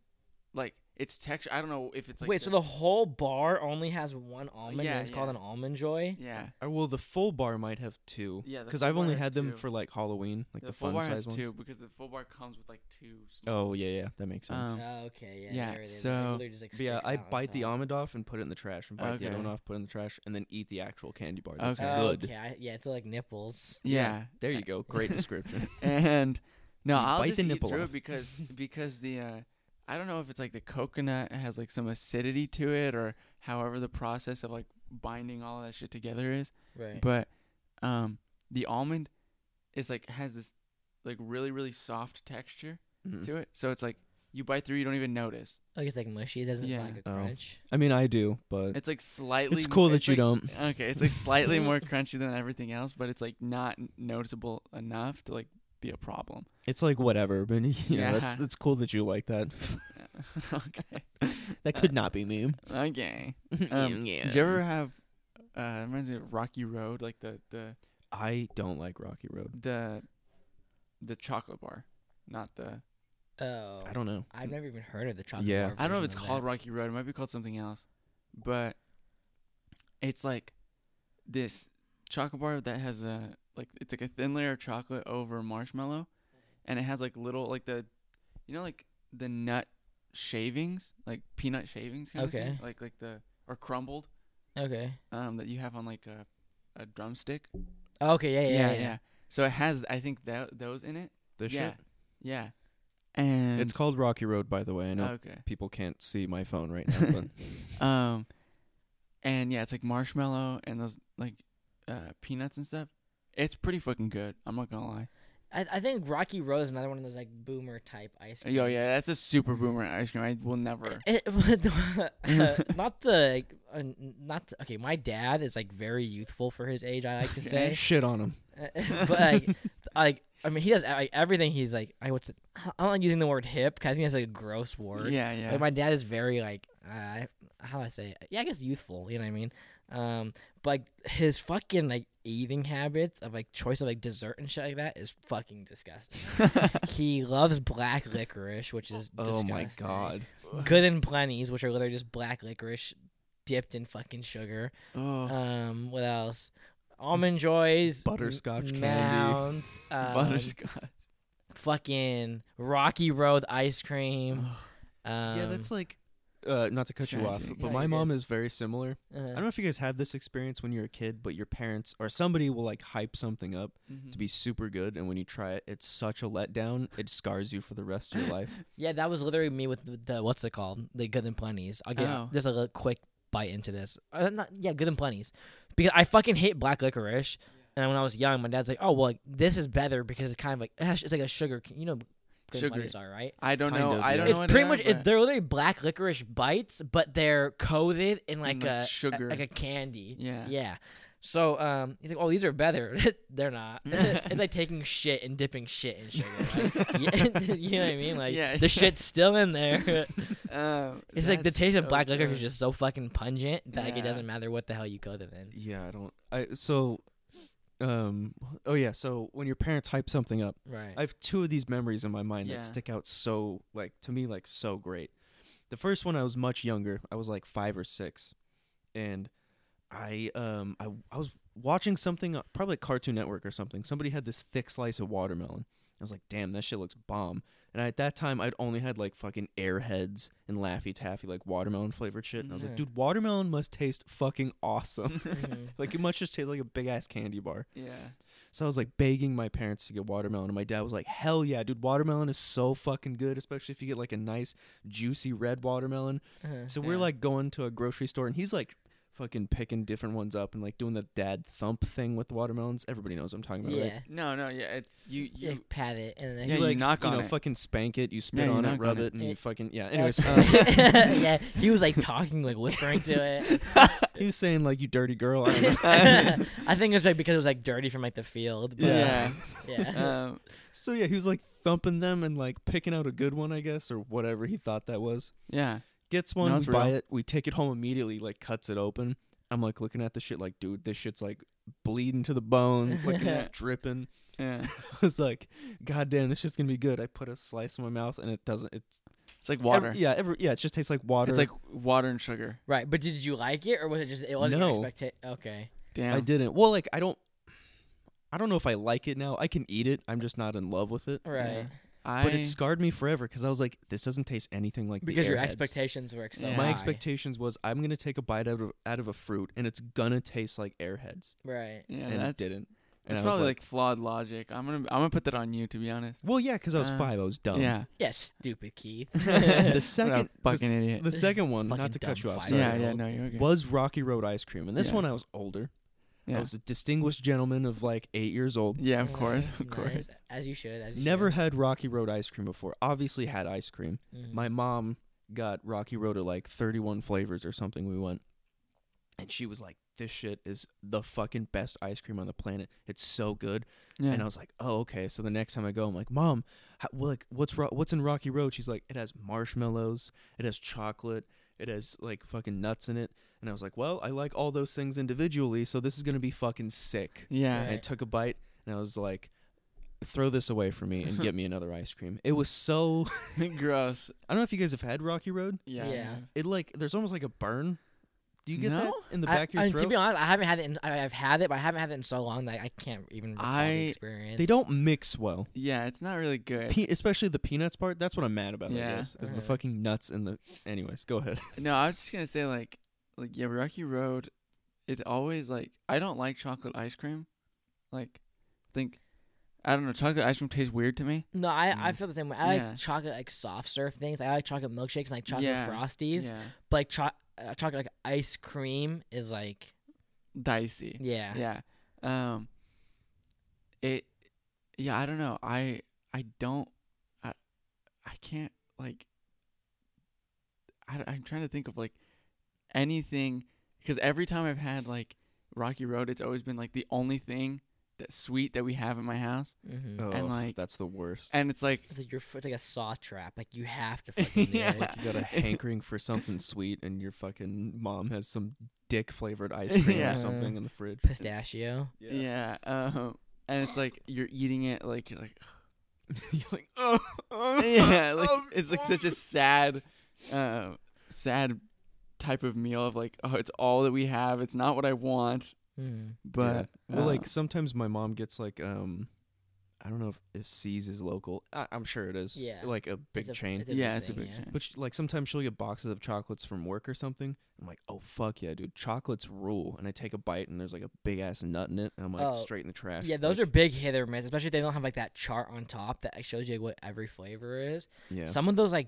Speaker 2: like it's texture. I don't know if it's like
Speaker 1: Wait, so the whole bar only has one almond,
Speaker 2: Yeah,
Speaker 1: and it's called an
Speaker 2: yeah.
Speaker 1: almond joy.
Speaker 2: yeah
Speaker 3: Uh, well, the full bar might have two.
Speaker 2: Yeah, the
Speaker 3: because
Speaker 2: full
Speaker 3: I've
Speaker 2: bar
Speaker 3: only
Speaker 2: has
Speaker 3: had them
Speaker 2: two.
Speaker 3: for like Halloween, like
Speaker 2: the,
Speaker 3: the,
Speaker 2: full
Speaker 3: fun
Speaker 2: bar
Speaker 3: size
Speaker 2: has
Speaker 3: ones.
Speaker 2: two because the full bar comes with like two. small-
Speaker 3: Oh yeah, yeah, that makes sense.
Speaker 2: Um,
Speaker 1: Oh, okay, yeah.
Speaker 2: Yeah,
Speaker 1: there it is. It
Speaker 2: so-
Speaker 1: literally just, like,
Speaker 3: But yeah,
Speaker 1: sticks
Speaker 3: I
Speaker 1: out on
Speaker 3: bite the
Speaker 1: top.
Speaker 3: almond off and put it in the trash, and bite the other one
Speaker 2: Okay.
Speaker 3: off, put it in the trash, and then eat the actual candy bar. That's
Speaker 2: Okay.
Speaker 1: Oh,
Speaker 3: good.
Speaker 1: Okay, I, yeah, it's like nipples.
Speaker 2: yeah,
Speaker 3: There you go. Great description.
Speaker 2: and no,
Speaker 3: you
Speaker 2: I'll
Speaker 3: bite
Speaker 2: just
Speaker 3: the
Speaker 2: eat
Speaker 3: nipple
Speaker 2: through
Speaker 3: off.
Speaker 2: it because because the uh, I don't know if it's like the coconut has like some acidity to it or however the process of like binding all that shit together is.
Speaker 1: Right.
Speaker 2: but um the almond is like has this like really really soft texture
Speaker 3: Mm.
Speaker 2: to it so it's like you bite through you don't even notice
Speaker 1: like it's like mushy. It doesn't
Speaker 2: Yeah.
Speaker 1: sound like a
Speaker 3: Oh.
Speaker 1: crunch.
Speaker 3: I mean, I do, but
Speaker 2: it's like slightly
Speaker 3: it's
Speaker 2: mo-
Speaker 3: cool that you
Speaker 2: like-
Speaker 3: don't.
Speaker 2: okay it's like slightly more crunchy than everything else but it's like not n- noticeable enough to like be a problem
Speaker 3: It's like whatever, but you know,
Speaker 2: Yeah.
Speaker 3: that's that's cool that you like that.
Speaker 2: okay
Speaker 3: that could not be me.
Speaker 2: okay um, did you ever have uh it reminds me of rocky road like the the
Speaker 3: I don't like Rocky Road.
Speaker 2: the the chocolate bar not the
Speaker 1: Oh,
Speaker 3: I don't know.
Speaker 1: I've never even heard of the chocolate.
Speaker 3: Yeah.
Speaker 1: bar
Speaker 2: I don't know if it's
Speaker 1: version of
Speaker 2: called
Speaker 1: that.
Speaker 2: Rocky Road. It might be called something else, but it's like this chocolate bar that has a like it's like a thin layer of chocolate over marshmallow, and it has like little like the, you know like the nut shavings like peanut shavings kind of
Speaker 1: Okay.
Speaker 2: thing? like like the or crumbled
Speaker 1: Okay.
Speaker 2: um that you have on like a a drumstick
Speaker 1: Okay. Yeah. Yeah. Yeah. yeah.
Speaker 2: so it has I think that those in it
Speaker 3: This
Speaker 2: yeah
Speaker 3: shit.
Speaker 2: yeah and
Speaker 3: It's called Rocky Road, by the way. I know
Speaker 2: okay
Speaker 3: people can't see my phone right now, but Uh,
Speaker 2: Um, and yeah, it's like marshmallow and those like uh, peanuts and stuff. It's pretty fucking good. I'm not gonna lie.
Speaker 1: I, I think Rocky Road is another one of those like boomer type ice creams.
Speaker 2: Yo, yeah, that's a super boomer ice cream. I will never.
Speaker 1: It, uh, not to like, uh, n- not to, okay. My dad is like very youthful for his age. I like to say,
Speaker 3: shit on him.
Speaker 1: Uh, but like, th- like I mean, he does like everything. He's like, I what's it? I don't like using the word hip because I think that's like a gross word.
Speaker 2: Yeah, yeah.
Speaker 1: Like my dad is very like, uh, how do I say? It? Yeah, I guess youthful. You know what I mean? Um, but like his fucking like eating habits of like choice of like dessert and shit like that is fucking disgusting. he loves black licorice, which is
Speaker 3: Oh
Speaker 1: disgusting.
Speaker 3: my god.
Speaker 1: Good and plenties, which are literally just black licorice dipped in fucking sugar.
Speaker 2: oh,
Speaker 1: Um, what else? almond joys,
Speaker 3: Butterscotch candy.
Speaker 1: mounds, um,
Speaker 2: Butterscotch.
Speaker 1: fucking Rocky Road ice cream. Um,
Speaker 3: yeah, that's like, uh, not to cut you off,
Speaker 2: Tragic.
Speaker 3: but
Speaker 1: No,
Speaker 3: my
Speaker 1: you're
Speaker 3: mom is very similar.
Speaker 1: uh,
Speaker 3: I don't know if you guys have this experience when you're a kid, but your parents or somebody will like hype something up
Speaker 1: Mm-hmm.
Speaker 3: to be super good, and when you try it, it's such a letdown. It scars you for the rest of your life.
Speaker 1: Yeah, that was literally me with the, the what's it called? The Good and Plenty's. I'll get
Speaker 2: Oh.
Speaker 1: just a little quick bite into this. Uh, not, yeah, Good and Plenty's. Because I fucking hate black licorice. And when I was young, my dad's like, "Oh well, like, this is better because it's kind of like eh, it's like a sugar. cane." You know, Good
Speaker 2: Sugary.
Speaker 1: and Plenty's are right.
Speaker 2: I don't
Speaker 3: Kind
Speaker 2: know.
Speaker 3: of,
Speaker 2: I
Speaker 3: yeah.
Speaker 2: don't know.
Speaker 1: It's
Speaker 2: what
Speaker 1: pretty
Speaker 2: it
Speaker 1: much
Speaker 2: is,
Speaker 1: it,
Speaker 2: but-
Speaker 1: they're literally black licorice bites, but they're coated in like
Speaker 2: Mm, like,
Speaker 1: a
Speaker 2: sugar.
Speaker 1: a- like a candy.
Speaker 2: Yeah.
Speaker 1: yeah. So um, he's like, "Oh, these are better. they're not. it's like taking shit and dipping shit in sugar. Like, yeah, you know what I mean? Like
Speaker 2: Yeah,
Speaker 1: the
Speaker 2: yeah.
Speaker 1: shit's still in there.
Speaker 2: Um,
Speaker 1: It's like the
Speaker 2: that's
Speaker 1: taste of
Speaker 2: so
Speaker 1: black licorice is
Speaker 2: good.
Speaker 1: just so fucking pungent that like,
Speaker 2: Yeah.
Speaker 1: it doesn't matter what the hell you coat it in.
Speaker 3: Yeah, I don't. I so, um, oh yeah. So when your parents hype something up,
Speaker 1: Right.
Speaker 3: I have two of these memories in my mind
Speaker 2: Yeah.
Speaker 3: that stick out so like to me like so great. The first one I was much younger. I was like 5 or 6 and I um I I was watching something uh, probably Cartoon Network or something. Somebody had this thick slice of watermelon. I was like, "Damn, that shit looks bomb." And I, at that time I'd only had like fucking Airheads and Laffy Taffy like watermelon flavored shit. And I was
Speaker 1: Mhm.
Speaker 3: like, "Dude, watermelon must taste fucking awesome."
Speaker 1: Mhm.
Speaker 3: like it must just taste like a big ass candy bar.
Speaker 2: Yeah.
Speaker 3: So I was like begging my parents to get watermelon, and my dad was like, "Hell yeah, dude! Watermelon is so fucking good, especially if you get like a nice juicy red watermelon."
Speaker 1: Uh-huh.
Speaker 3: So we're
Speaker 2: Yeah.
Speaker 3: like going to a grocery store, and he's like fucking picking different ones up and like doing the dad thump thing with watermelons. Everybody knows what I'm talking about.
Speaker 1: yeah.
Speaker 3: Right?
Speaker 2: No, no, yeah. It, you,
Speaker 1: You,
Speaker 2: you.
Speaker 1: pat it and then
Speaker 2: Yeah,
Speaker 3: you
Speaker 2: you
Speaker 3: like
Speaker 2: knock
Speaker 3: you
Speaker 2: on
Speaker 3: know
Speaker 2: it.
Speaker 3: fucking spank it, you spit
Speaker 2: Yeah, you
Speaker 3: on it,
Speaker 2: knock
Speaker 3: rub
Speaker 2: on
Speaker 3: it,
Speaker 2: it.
Speaker 3: and you
Speaker 1: It-
Speaker 3: fucking yeah. Anyways, uh,
Speaker 2: um,
Speaker 1: yeah, he was like talking, like whispering to it.
Speaker 3: he was saying like you dirty girl. I don't know.
Speaker 1: I think it was like because it was like dirty from like the field. But,
Speaker 2: Yeah.
Speaker 1: yeah.
Speaker 2: um,
Speaker 3: So yeah, he was like thumping them and like picking out a good one, I guess, or whatever he thought that was.
Speaker 2: yeah.
Speaker 3: gets one,
Speaker 2: it's
Speaker 3: we buy
Speaker 2: real.
Speaker 3: it, we take it home immediately, like cuts it open. I'm like looking at the shit like, dude, this shit's like bleeding to the bone, like
Speaker 2: Yeah.
Speaker 3: it's dripping.
Speaker 2: Yeah.
Speaker 3: I was like, God damn, this shit's gonna be good. I put a slice in my mouth and it doesn't it's
Speaker 2: It's like
Speaker 3: every-
Speaker 2: water.
Speaker 3: yeah, every, yeah, it just tastes like water.
Speaker 2: It's like water and sugar.
Speaker 1: Right, but did you like it or was it just it wasn't
Speaker 3: No.
Speaker 1: your expectation? Okay.
Speaker 2: Damn.
Speaker 3: I didn't. Well, like I don't I don't know if I like it now. I can eat it. I'm just not in love with it.
Speaker 1: Right.
Speaker 2: I,
Speaker 3: But it scarred me forever because I was like, this doesn't taste anything like the
Speaker 1: Because your
Speaker 3: Airheads.
Speaker 1: expectations were so
Speaker 2: Yeah.
Speaker 3: My
Speaker 1: high.
Speaker 3: expectations was I'm gonna take a bite out of out of a fruit and it's gonna taste like airheads.
Speaker 1: Right.
Speaker 2: Yeah,
Speaker 3: and it
Speaker 2: that's.
Speaker 3: didn't. And
Speaker 2: It's
Speaker 3: I was
Speaker 2: probably like, flawed logic. I'm gonna. I'm gonna put that on you. To be honest.
Speaker 3: Well, yeah, because I was
Speaker 2: Uh,
Speaker 3: five. I was dumb.
Speaker 2: Yeah.
Speaker 1: Yeah, stupid Keith.
Speaker 3: the
Speaker 2: What a
Speaker 3: second the
Speaker 2: fucking
Speaker 3: s-
Speaker 2: idiot.
Speaker 3: The second one,
Speaker 1: Fucking
Speaker 3: not to
Speaker 1: dumb
Speaker 3: cut you off.
Speaker 1: five
Speaker 3: Sorry,
Speaker 2: yeah.
Speaker 1: year
Speaker 2: Yeah.
Speaker 3: Harold,
Speaker 2: No, you're okay.
Speaker 3: Was Rocky Road ice cream, and this
Speaker 2: Yeah.
Speaker 3: one I was older.
Speaker 2: Yeah.
Speaker 3: I was a distinguished gentleman of like eight years old.
Speaker 2: yeah. Of
Speaker 1: Uh,
Speaker 2: course. Of
Speaker 1: nice.
Speaker 2: course.
Speaker 1: As you should. As you
Speaker 3: Never
Speaker 1: Should.
Speaker 3: had Rocky Road ice cream before. Obviously had ice cream.
Speaker 1: Mhm.
Speaker 3: My mom got Rocky Road at like 31 flavors or something. We went, and she was like, "This shit is the fucking best ice cream on the planet. It's so good."
Speaker 2: Yeah.
Speaker 3: And I was like, "Oh, okay." So the next time I go, I'm like, "Mom, how, well, like, what's ro- what's in Rocky Road?" She's like, "It has marshmallows, it has chocolate, it has like fucking nuts in it." And I was like, "Well, I like all those things individually, so this is gonna be fucking sick."
Speaker 2: yeah.
Speaker 3: And I
Speaker 1: Right.
Speaker 3: took a bite, and I was like, "Throw this away from me and get me another ice cream." It was so.
Speaker 2: Gross.
Speaker 3: I don't know if you guys have had Rocky Road.
Speaker 2: Yeah.
Speaker 1: Yeah.
Speaker 3: It like there's almost like a burn. Do you get that
Speaker 2: No?
Speaker 3: in the
Speaker 1: I-
Speaker 3: back of
Speaker 1: I-
Speaker 3: your throat?
Speaker 1: To be honest, I haven't had it. In, I, I've had it, but I haven't had it in so long that I can't even recall
Speaker 2: I-
Speaker 1: the experience.
Speaker 3: they don't mix well.
Speaker 2: Yeah. It's not really good.
Speaker 3: Pe- especially the peanuts part. That's what I'm mad about.
Speaker 2: Yeah.
Speaker 3: I guess, is the
Speaker 1: Alright.
Speaker 3: fucking nuts and the. Anyways, go ahead.
Speaker 2: No, I was just gonna say like, like yeah, Rocky Road. It's always like I don't like chocolate ice cream. Like, think, I don't know. Chocolate ice cream tastes weird to me.
Speaker 1: No, I, I
Speaker 3: Mm.
Speaker 1: feel the same way. I
Speaker 2: Yeah.
Speaker 1: like chocolate like soft serve things. I like chocolate milkshakes and like chocolate
Speaker 2: Yeah.
Speaker 1: frosties.
Speaker 2: yeah,
Speaker 1: But like cho- uh, chocolate like ice cream is like
Speaker 2: dicey.
Speaker 1: yeah.
Speaker 2: Yeah. Um. It. Yeah, I don't know. I I don't. I I can't like. I I'm trying to think of like anything because every time I've had like Rocky Road, it's always been like the only thing that sweet that we have at my house.
Speaker 1: Mm-hmm.
Speaker 3: Ugh,
Speaker 2: like-
Speaker 3: that's the worst.
Speaker 2: and it's like
Speaker 1: It's like, you're, it's like a saw trap. Like you have to fucking do
Speaker 2: Yeah.
Speaker 1: it.
Speaker 3: like you got a hankering for something sweet, and your fucking mom has some dick flavored ice cream
Speaker 2: Yeah.
Speaker 3: or something in the fridge.
Speaker 1: Pistachio.
Speaker 2: yeah, um, and it's like you're eating it like you're like
Speaker 3: You're like, oh, oh,
Speaker 2: yeah, like
Speaker 3: oh,
Speaker 2: it's like such
Speaker 3: oh."
Speaker 2: a sad, uh, sad type of meal of like oh it's all that we have. It's not what I want.
Speaker 1: Mm.
Speaker 2: But
Speaker 3: well,
Speaker 2: uh,
Speaker 3: like sometimes my mom gets like um, I don't know if if C's is local. I, I'm sure it is.
Speaker 1: Yeah.
Speaker 3: like a
Speaker 1: It's
Speaker 3: big
Speaker 1: a-
Speaker 3: chain.
Speaker 1: it's a
Speaker 2: yeah, it's a
Speaker 1: thing,
Speaker 2: big
Speaker 1: yeah.
Speaker 2: change.
Speaker 3: But she- like sometimes she'll get boxes of chocolates from work or something. I'm like, oh fuck yeah, dude, chocolates rule. And I take a bite and there's like a big ass nut in it, and I'm like
Speaker 1: Oh,
Speaker 3: straight in the trash.
Speaker 1: Yeah, those are big hit or miss, especially if they don't have like that chart on top that shows you what every flavor is.
Speaker 3: are yeah.
Speaker 1: Some of those like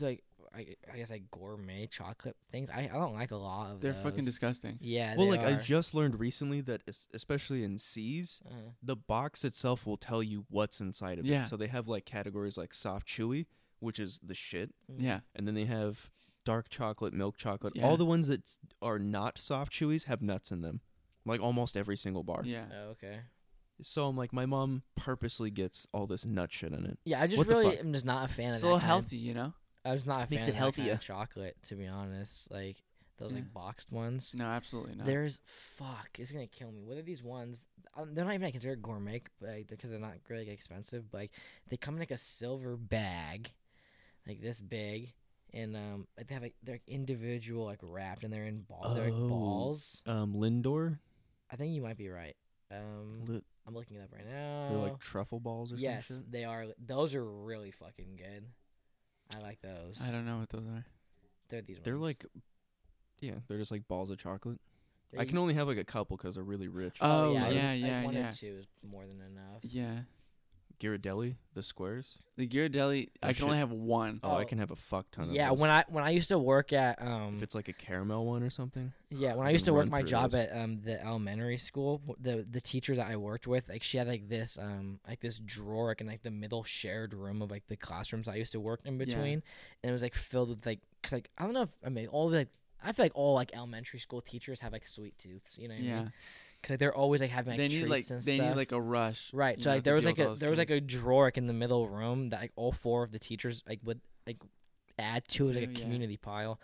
Speaker 1: like I, I guess like gourmet chocolate things. I, I don't like a lot of
Speaker 2: They're
Speaker 1: those.
Speaker 2: fucking disgusting.
Speaker 1: Yeah.
Speaker 3: well,
Speaker 1: they
Speaker 3: like I
Speaker 1: are.
Speaker 3: just learned recently that es- especially in C's,
Speaker 1: Uh,
Speaker 3: the box itself will tell you what's inside of
Speaker 2: Yeah.
Speaker 3: it. So they have like categories like soft chewy, which is the shit,
Speaker 1: mm.
Speaker 2: Yeah.
Speaker 3: and then they have dark chocolate, milk chocolate.
Speaker 2: Yeah.
Speaker 3: All the ones that s- are not soft chewies have nuts in them. Like almost every single bar.
Speaker 2: Yeah.
Speaker 1: Oh, okay.
Speaker 3: So I'm like, my mom purposely gets all this nut shit in it.
Speaker 1: Yeah, I just
Speaker 3: What the
Speaker 1: really
Speaker 3: fuck?
Speaker 1: am just not a fan
Speaker 2: It's
Speaker 1: of that.
Speaker 2: a little
Speaker 1: kind
Speaker 2: healthy, you know?
Speaker 1: Of, I was not a
Speaker 3: Makes
Speaker 1: fan
Speaker 3: it
Speaker 1: of that kind
Speaker 3: healthier.
Speaker 1: of chocolate, to be honest. Like those
Speaker 2: Yeah.
Speaker 1: like boxed ones.
Speaker 2: No, absolutely not.
Speaker 1: There's fuck. It's gonna kill me. What are these ones? um, They're not even like, considered gourmet, but like, because they're not really expensive. But like, they come in like a silver bag, like this big, and um, like, they have like they're like, individual like wrapped, and they're in ball. They're like
Speaker 3: Oh.
Speaker 1: balls.
Speaker 3: Um, Lindor,
Speaker 1: I think you might be right. Um,
Speaker 3: li-
Speaker 1: I'm looking it up right
Speaker 3: they're
Speaker 1: now.
Speaker 3: like truffle balls or
Speaker 1: Oh. yes,
Speaker 3: some shit.
Speaker 1: they are. Those are really fucking good. I like those.
Speaker 2: I don't know what those are.
Speaker 1: They're these.
Speaker 3: They're
Speaker 1: ones.
Speaker 3: like, yeah, they're just like balls of chocolate.
Speaker 1: They- Uh,
Speaker 3: I can only have like a couple because they're really rich.
Speaker 2: Oh,
Speaker 1: I-
Speaker 2: yeah,
Speaker 1: like,
Speaker 2: yeah,
Speaker 1: one
Speaker 2: yeah.
Speaker 1: or two is more than enough.
Speaker 2: Yeah.
Speaker 3: Ghirardelli, the squares.
Speaker 2: The Ghirardelli,
Speaker 3: Oh,
Speaker 2: I can only
Speaker 3: shit.
Speaker 2: have one.
Speaker 3: Oh, I
Speaker 1: Oh.
Speaker 3: can have a fuck ton of
Speaker 1: Yeah,
Speaker 3: those.
Speaker 1: when I when I used to work at um
Speaker 3: if it's like a caramel one or something.
Speaker 1: Yeah, when
Speaker 3: You
Speaker 1: I used to
Speaker 3: can
Speaker 1: work
Speaker 3: run
Speaker 1: my
Speaker 3: through
Speaker 1: job
Speaker 3: those.
Speaker 1: at um, the elementary school, w- the the teacher that I worked with, like she had like this um like this drawer like, in like the middle shared room of like the classrooms I used to work in
Speaker 2: Yeah.
Speaker 1: between, and it was like filled with like cause like I don't know if I mean all the like, I feel like all like elementary school teachers have like sweet tooths, you know? What I
Speaker 2: Yeah.
Speaker 1: mean? Cause like they're always like having like
Speaker 2: they
Speaker 1: treats
Speaker 2: need like
Speaker 1: and
Speaker 2: they
Speaker 1: stuff.
Speaker 2: need like a rush.
Speaker 1: Right.
Speaker 2: you
Speaker 1: So
Speaker 2: know,
Speaker 1: like
Speaker 2: to
Speaker 1: there was
Speaker 2: deal
Speaker 1: like
Speaker 2: with
Speaker 1: a
Speaker 2: all those
Speaker 1: there was like
Speaker 2: kids.
Speaker 1: a drawer like in the middle room that like all four of the teachers like would like add to it, like
Speaker 2: Do,
Speaker 1: a
Speaker 2: yeah.
Speaker 1: community pile.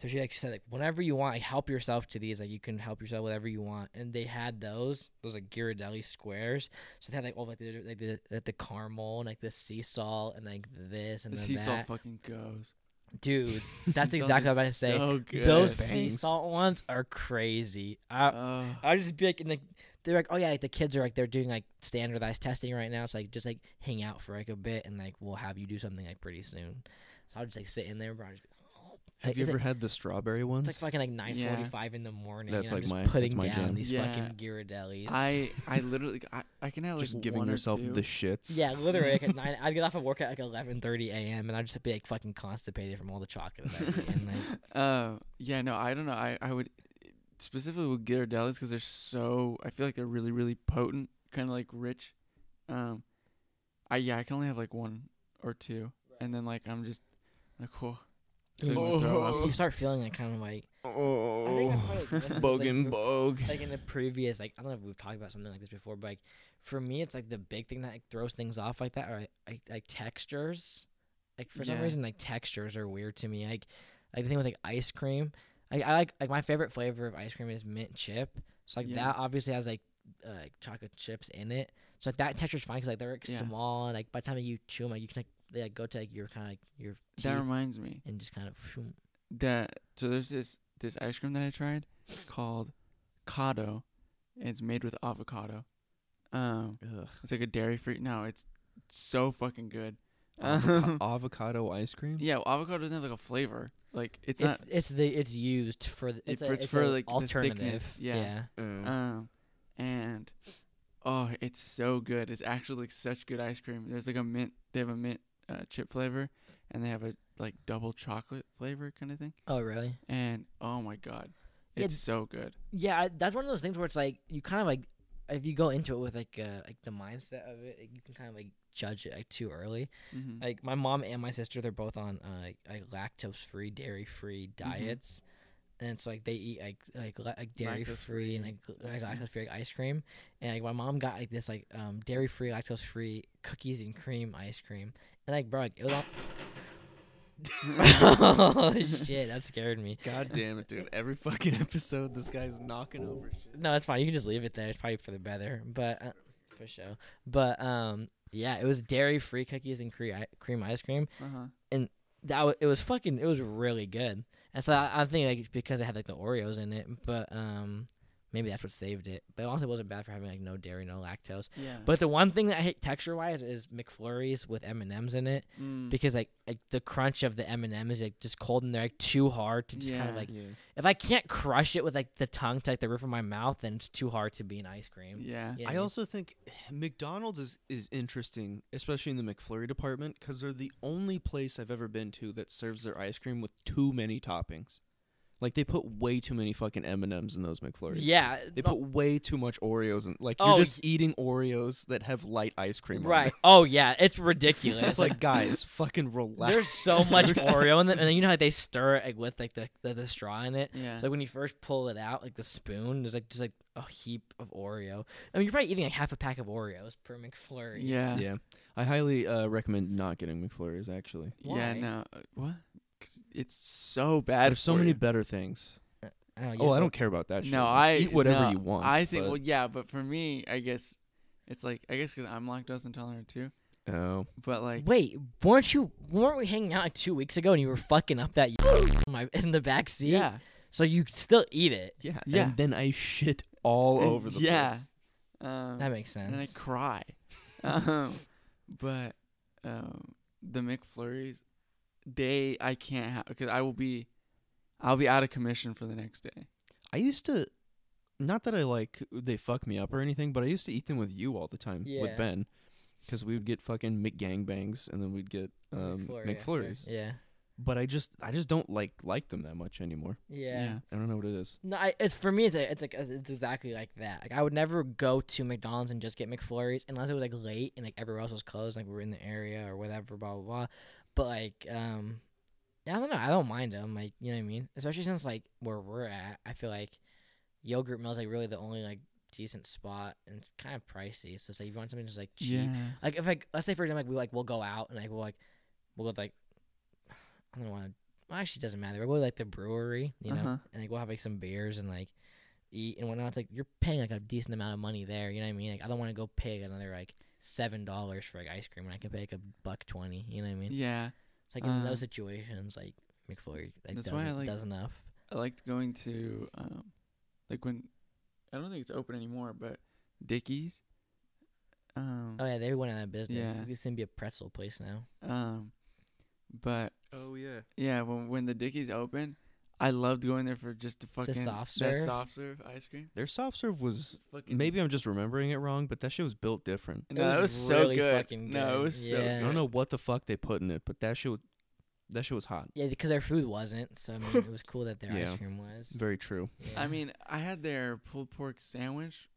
Speaker 1: So she like said like whenever you want, like, help yourself to these. Like you can help yourself whatever you want. And they had those those like Ghirardelli squares. So they had like all like the like the, like, the caramel and like the sea salt and like this and
Speaker 2: the
Speaker 1: then
Speaker 2: sea salt
Speaker 1: that.
Speaker 2: fucking goes.
Speaker 1: Dude, that's
Speaker 2: Sea
Speaker 1: exactly
Speaker 2: salt
Speaker 1: what I'm about to
Speaker 2: is
Speaker 1: say.
Speaker 2: So good.
Speaker 1: those uh,
Speaker 3: Yes.
Speaker 1: sea
Speaker 3: Bangs.
Speaker 1: salt ones are crazy. I,
Speaker 2: Oh.
Speaker 1: I would just be like, and like they're like, oh yeah, like the kids are like they're doing like standardized testing right now, so like just like hang out for like a bit, and like we'll have you do something like pretty soon. So I'll just like sit in there, bro. I'll just be, oh.
Speaker 3: Have
Speaker 1: Like,
Speaker 3: you
Speaker 1: it's
Speaker 3: ever
Speaker 1: like,
Speaker 3: had the strawberry
Speaker 1: It's
Speaker 3: ones?
Speaker 1: like fucking like nine
Speaker 2: Yeah.
Speaker 1: forty-five in the morning.
Speaker 3: That's
Speaker 1: and
Speaker 3: like
Speaker 1: I'm just
Speaker 3: my-
Speaker 1: putting
Speaker 3: that's my
Speaker 1: down
Speaker 3: jam.
Speaker 1: these
Speaker 2: Yeah.
Speaker 1: fucking Ghirardellis.
Speaker 2: I I literally I, I can have like
Speaker 3: just giving
Speaker 2: one or
Speaker 3: yourself
Speaker 2: two.
Speaker 3: the shits.
Speaker 1: yeah, literally like at nine. I'd get off of work at like eleven thirty a.m. and I'd just be like fucking constipated from all the chocolate. That I'd eaten, like,
Speaker 2: Uh, yeah, no, I don't know. I, I would specifically with Ghirardellis because they're so. I feel like they're really, really potent, kind of like rich. Um, I yeah, I can only have like one or two, and then like I'm just like, oh,
Speaker 1: you,
Speaker 2: Oh. throw up.
Speaker 1: you start feeling like kind of like
Speaker 3: Oh,
Speaker 1: I think I probably mentioned this, like,
Speaker 3: bogan
Speaker 1: bef-
Speaker 3: bog.
Speaker 1: like in the previous like I don't know if we've talked about something like this before, but like for me it's like the big thing that like, throws things off like that are like, like, like textures. Like for some
Speaker 2: Yeah.
Speaker 1: reason like textures are weird to me. Like like the thing with like ice cream. Like I like like my favorite flavor of ice cream is mint chip. So like
Speaker 2: Yeah.
Speaker 1: that obviously has like uh, like chocolate chips in it. So like, that texture's fine because like they're like,
Speaker 2: Yeah.
Speaker 1: small and like by the time you chew them like you can like they like go to like your kind of like your teeth
Speaker 2: that reminds me
Speaker 1: and just kind of shoom.
Speaker 2: that so there's this this ice cream that I tried called Cado, and it's made with avocado. Um,
Speaker 3: Ugh.
Speaker 2: it's like a dairy free. No, it's so fucking good.
Speaker 3: Avoca-
Speaker 2: Um,
Speaker 3: avocado ice cream.
Speaker 2: yeah, well, avocado doesn't have like a flavor. Like
Speaker 1: It's
Speaker 2: it's not
Speaker 1: it's, the it's used for the, it's,
Speaker 2: for-
Speaker 1: a,
Speaker 2: it's
Speaker 1: it's
Speaker 2: for,
Speaker 1: a
Speaker 2: like, the
Speaker 1: alternative.
Speaker 2: thickness, yeah.
Speaker 1: yeah.
Speaker 2: Um, and oh, it's so good. It's actually like such good ice cream. There's like a mint. They have a mint uh, chip flavor, and they have a like double chocolate flavor kind of thing.
Speaker 1: Oh really?
Speaker 2: And oh my god,
Speaker 1: Yeah,
Speaker 2: it's
Speaker 1: d-
Speaker 2: so good.
Speaker 1: Yeah, I- that's one of those things where it's like you kind of like if you go into it with like uh, like the mindset of it, like, you can kind of like judge it like too early.
Speaker 2: Mhm.
Speaker 1: Like my mom and my sister, they're both on uh, like lactose free, dairy free diets, and it's like they eat like like, la- like dairy free and like, like
Speaker 2: ice cream.
Speaker 1: lactose free like, ice cream. And like my mom got like this like um dairy free, lactose free cookies and cream ice cream, and like bro, like, it was all. oh shit, that scared me.
Speaker 3: God damn it, dude! Every fucking episode, this guy's knocking over shit.
Speaker 1: No, it's fine. You can just leave it there. It's probably for the better, but uh, for sure. But um, yeah, it was dairy free cookies and cre- i- cream ice cream.
Speaker 2: Uh-huh.
Speaker 1: That w- it was fucking. It was really good. And so I, I think like because it had like the Oreos in it, but um, Maybe that's what saved it. But it honestly, wasn't bad for having like no dairy, no lactose.
Speaker 2: Yeah.
Speaker 1: But the one thing that I hate texture wise is McFlurries with M and M's in it
Speaker 2: Mm.
Speaker 1: because like, like the crunch of the M and M is like just cold and they're like too hard to just kind
Speaker 2: Yeah.
Speaker 1: of like
Speaker 3: yeah.
Speaker 1: if I can't crush it with like the tongue to like the roof of my mouth, then it's too hard to be an ice cream.
Speaker 2: yeah.
Speaker 1: You know what
Speaker 3: I
Speaker 1: mean?
Speaker 3: also think McDonald's is, is interesting, especially in the McFlurry department, because they're the only place I've ever been to that serves their ice cream with too many toppings. Like they put way too many fucking M and M's in those McFlurries.
Speaker 1: yeah,
Speaker 3: they
Speaker 1: no-
Speaker 3: put way too much Oreos in. Like you're
Speaker 1: Oh,
Speaker 3: just eating Oreos that have light ice cream. on
Speaker 1: right.
Speaker 3: them.
Speaker 1: Oh yeah, it's ridiculous.
Speaker 3: It's like guys, fucking relax.
Speaker 1: there's so much Oreo in them, and then you know how they stir it like, with like the, the the straw in it.
Speaker 2: Yeah.
Speaker 1: So like, when you first pull it out, like the spoon, there's like just like a heap of Oreo. I mean, you're probably eating like half a pack of Oreos per McFlurry.
Speaker 2: yeah.
Speaker 3: Yeah, I highly uh, recommend not getting McFlurries. Actually,
Speaker 2: Yeah,
Speaker 1: Why?
Speaker 2: no. uh, What? 'Cause It's so bad.
Speaker 3: there's so
Speaker 2: for
Speaker 3: many
Speaker 2: you.
Speaker 3: better things.
Speaker 1: Oh, yeah,
Speaker 3: Oh, I
Speaker 1: but-
Speaker 3: don't care about that. shit.
Speaker 2: No, I
Speaker 3: eat whatever
Speaker 2: no,
Speaker 3: you want.
Speaker 2: I think.
Speaker 3: but-
Speaker 2: Well, yeah, but for me, I guess it's like I guess because I'm lactose intolerant too.
Speaker 3: Oh.
Speaker 2: But like,
Speaker 1: Wait, weren't you weren't we hanging out like two weeks ago and you were fucking up that in my in the back seat?
Speaker 2: yeah,
Speaker 1: So you still eat it.
Speaker 3: Yeah.
Speaker 2: Yeah.
Speaker 3: And then I shit all
Speaker 2: And-
Speaker 3: over the
Speaker 2: yeah.
Speaker 3: place.
Speaker 2: um,
Speaker 1: That makes sense.
Speaker 2: and I cry. um, but um, the McFlurries, they I can't have because I will be, I'll be out of commission for the next day.
Speaker 3: I used to not that I like they fuck me up or anything, but I used to eat them with you all the time
Speaker 1: Yeah.
Speaker 3: with Ben cuz we would get fucking McGangbangs and then we'd get um
Speaker 1: McFlurry after.
Speaker 3: McFlurries.
Speaker 1: Yeah.
Speaker 3: But I just I just don't like like them that much anymore.
Speaker 1: Yeah.
Speaker 3: I don't know what it is.
Speaker 1: No, I, it's for me. It's a, it's like it's exactly like that. Like I would never go to McDonald's and just get McFlurries unless it was like late and like everywhere else was closed, like we were in the area or whatever, blah blah blah. But like, um, yeah, I don't know. I don't mind them. Like you know what I mean. Especially since like where we're at, I feel like yogurt mills like really the only like decent spot and it's kind of pricey. So it's like if you want something just like cheap,
Speaker 2: yeah,
Speaker 1: like if like let's say for example like we like we'll go out and like we'll like we'll go to, like I don't want to. Well, actually, it doesn't matter. We'll go to, like the brewery, you know,
Speaker 2: Uh-huh.
Speaker 1: and like we'll have like some beers and like eat and whatnot. It's like you're paying like a decent amount of money there. You know what I mean? Like I don't want to go pay another like seven dollars for like ice cream when I can pay like a buck twenty. You know what I mean?
Speaker 2: yeah.
Speaker 1: It's like in
Speaker 2: um,
Speaker 1: those situations, like McFlurry like,
Speaker 2: that's
Speaker 1: does,
Speaker 2: why I like-
Speaker 1: does enough.
Speaker 2: I liked going to um, like when I don't think it's open anymore, but Dickies. Um,
Speaker 1: Oh yeah, they went out of business.
Speaker 2: Yeah.
Speaker 1: It's gonna be a pretzel place now.
Speaker 2: um, but
Speaker 3: Oh yeah.
Speaker 2: yeah, when when the Dickies open, I loved going there for just the fucking
Speaker 1: soft
Speaker 2: that
Speaker 1: serve?
Speaker 2: soft serve ice cream.
Speaker 3: Their soft serve was
Speaker 2: Fucking,
Speaker 3: maybe I'm just remembering it wrong, but that shit was built different.
Speaker 1: It
Speaker 2: no, it was,
Speaker 1: was
Speaker 2: so
Speaker 1: really
Speaker 2: good.
Speaker 1: fucking
Speaker 2: No,
Speaker 1: good.
Speaker 2: it was so.
Speaker 1: Yeah.
Speaker 2: Good.
Speaker 3: I don't know what the fuck they put in it, but that shit was that shit was hot.
Speaker 1: Yeah, because their food wasn't. So I mean, it was cool that their
Speaker 3: Yeah.
Speaker 1: ice cream was.
Speaker 3: Very true.
Speaker 1: Yeah.
Speaker 2: I mean, I had their pulled pork sandwich.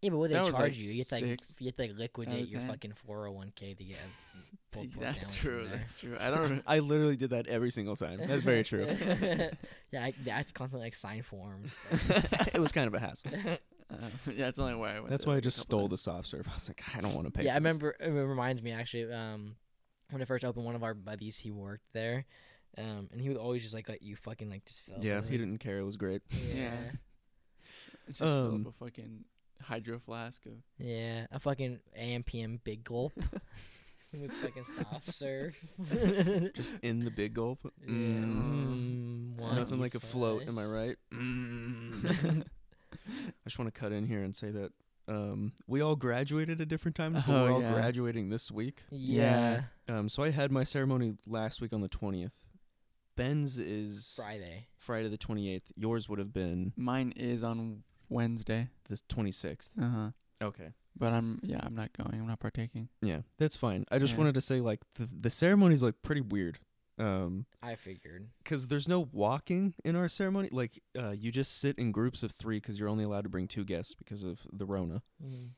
Speaker 1: Yeah, but what they
Speaker 2: That
Speaker 1: charge
Speaker 2: was, like,
Speaker 1: you, you have to like,
Speaker 2: six
Speaker 1: you have to like liquidate
Speaker 2: of
Speaker 1: your
Speaker 2: 10.
Speaker 1: fucking four hundred one k to get. A pulled pork
Speaker 2: that's
Speaker 1: sandwich
Speaker 2: true.
Speaker 1: from there.
Speaker 2: That's true. I don't. re-
Speaker 3: I literally did that every single time. That's very true.
Speaker 1: yeah, I, I have to constantly like sign forms.
Speaker 3: it was kind of a hassle.
Speaker 2: uh, yeah, that's the only why I went.
Speaker 3: That's
Speaker 2: there
Speaker 3: why I
Speaker 2: like a
Speaker 3: just
Speaker 2: couple
Speaker 3: stole the
Speaker 2: times.
Speaker 3: soft serve. I was like, I don't want to pay.
Speaker 1: yeah, I
Speaker 3: for this.
Speaker 1: remember. It reminds me actually. Um, when I first opened, one of our buddies he worked there, um, and he would always just like let you fucking like just fill.
Speaker 3: Yeah,
Speaker 1: with
Speaker 3: he
Speaker 1: it.
Speaker 3: didn't care. It was great.
Speaker 1: Yeah,
Speaker 2: Yeah. It's just fill
Speaker 3: Um,
Speaker 2: up a fucking hydro flask of
Speaker 1: yeah, a fucking AM PM big gulp with fucking soft serve.
Speaker 3: Just in the big gulp.
Speaker 1: Yeah.
Speaker 3: Mm.
Speaker 1: Mm, one
Speaker 3: Nothing like a
Speaker 1: each
Speaker 3: float. Am I
Speaker 1: slice.
Speaker 3: right? Mm. I just want to cut in here and say that um, we all graduated at different times, but
Speaker 2: Oh,
Speaker 3: we're all
Speaker 2: yeah.
Speaker 3: graduating this week.
Speaker 1: yeah.
Speaker 3: Um, so I had my ceremony last week on the twentieth. Ben's is
Speaker 1: Friday.
Speaker 3: Friday the twenty eighth. Yours would have been
Speaker 2: Mine is on Wednesday.
Speaker 3: the twenty sixth.
Speaker 2: Uh
Speaker 1: Uh-huh.
Speaker 2: huh.
Speaker 3: Okay.
Speaker 2: But I'm yeah, I'm not going. I'm not partaking.
Speaker 3: Yeah, that's fine. I just
Speaker 2: Yeah.
Speaker 3: wanted to say like the the ceremony's like pretty weird. Um
Speaker 1: I figured.
Speaker 3: because there's no walking in our ceremony. Like, uh, you just sit in groups of three because you're only allowed to bring two guests because of the Rona.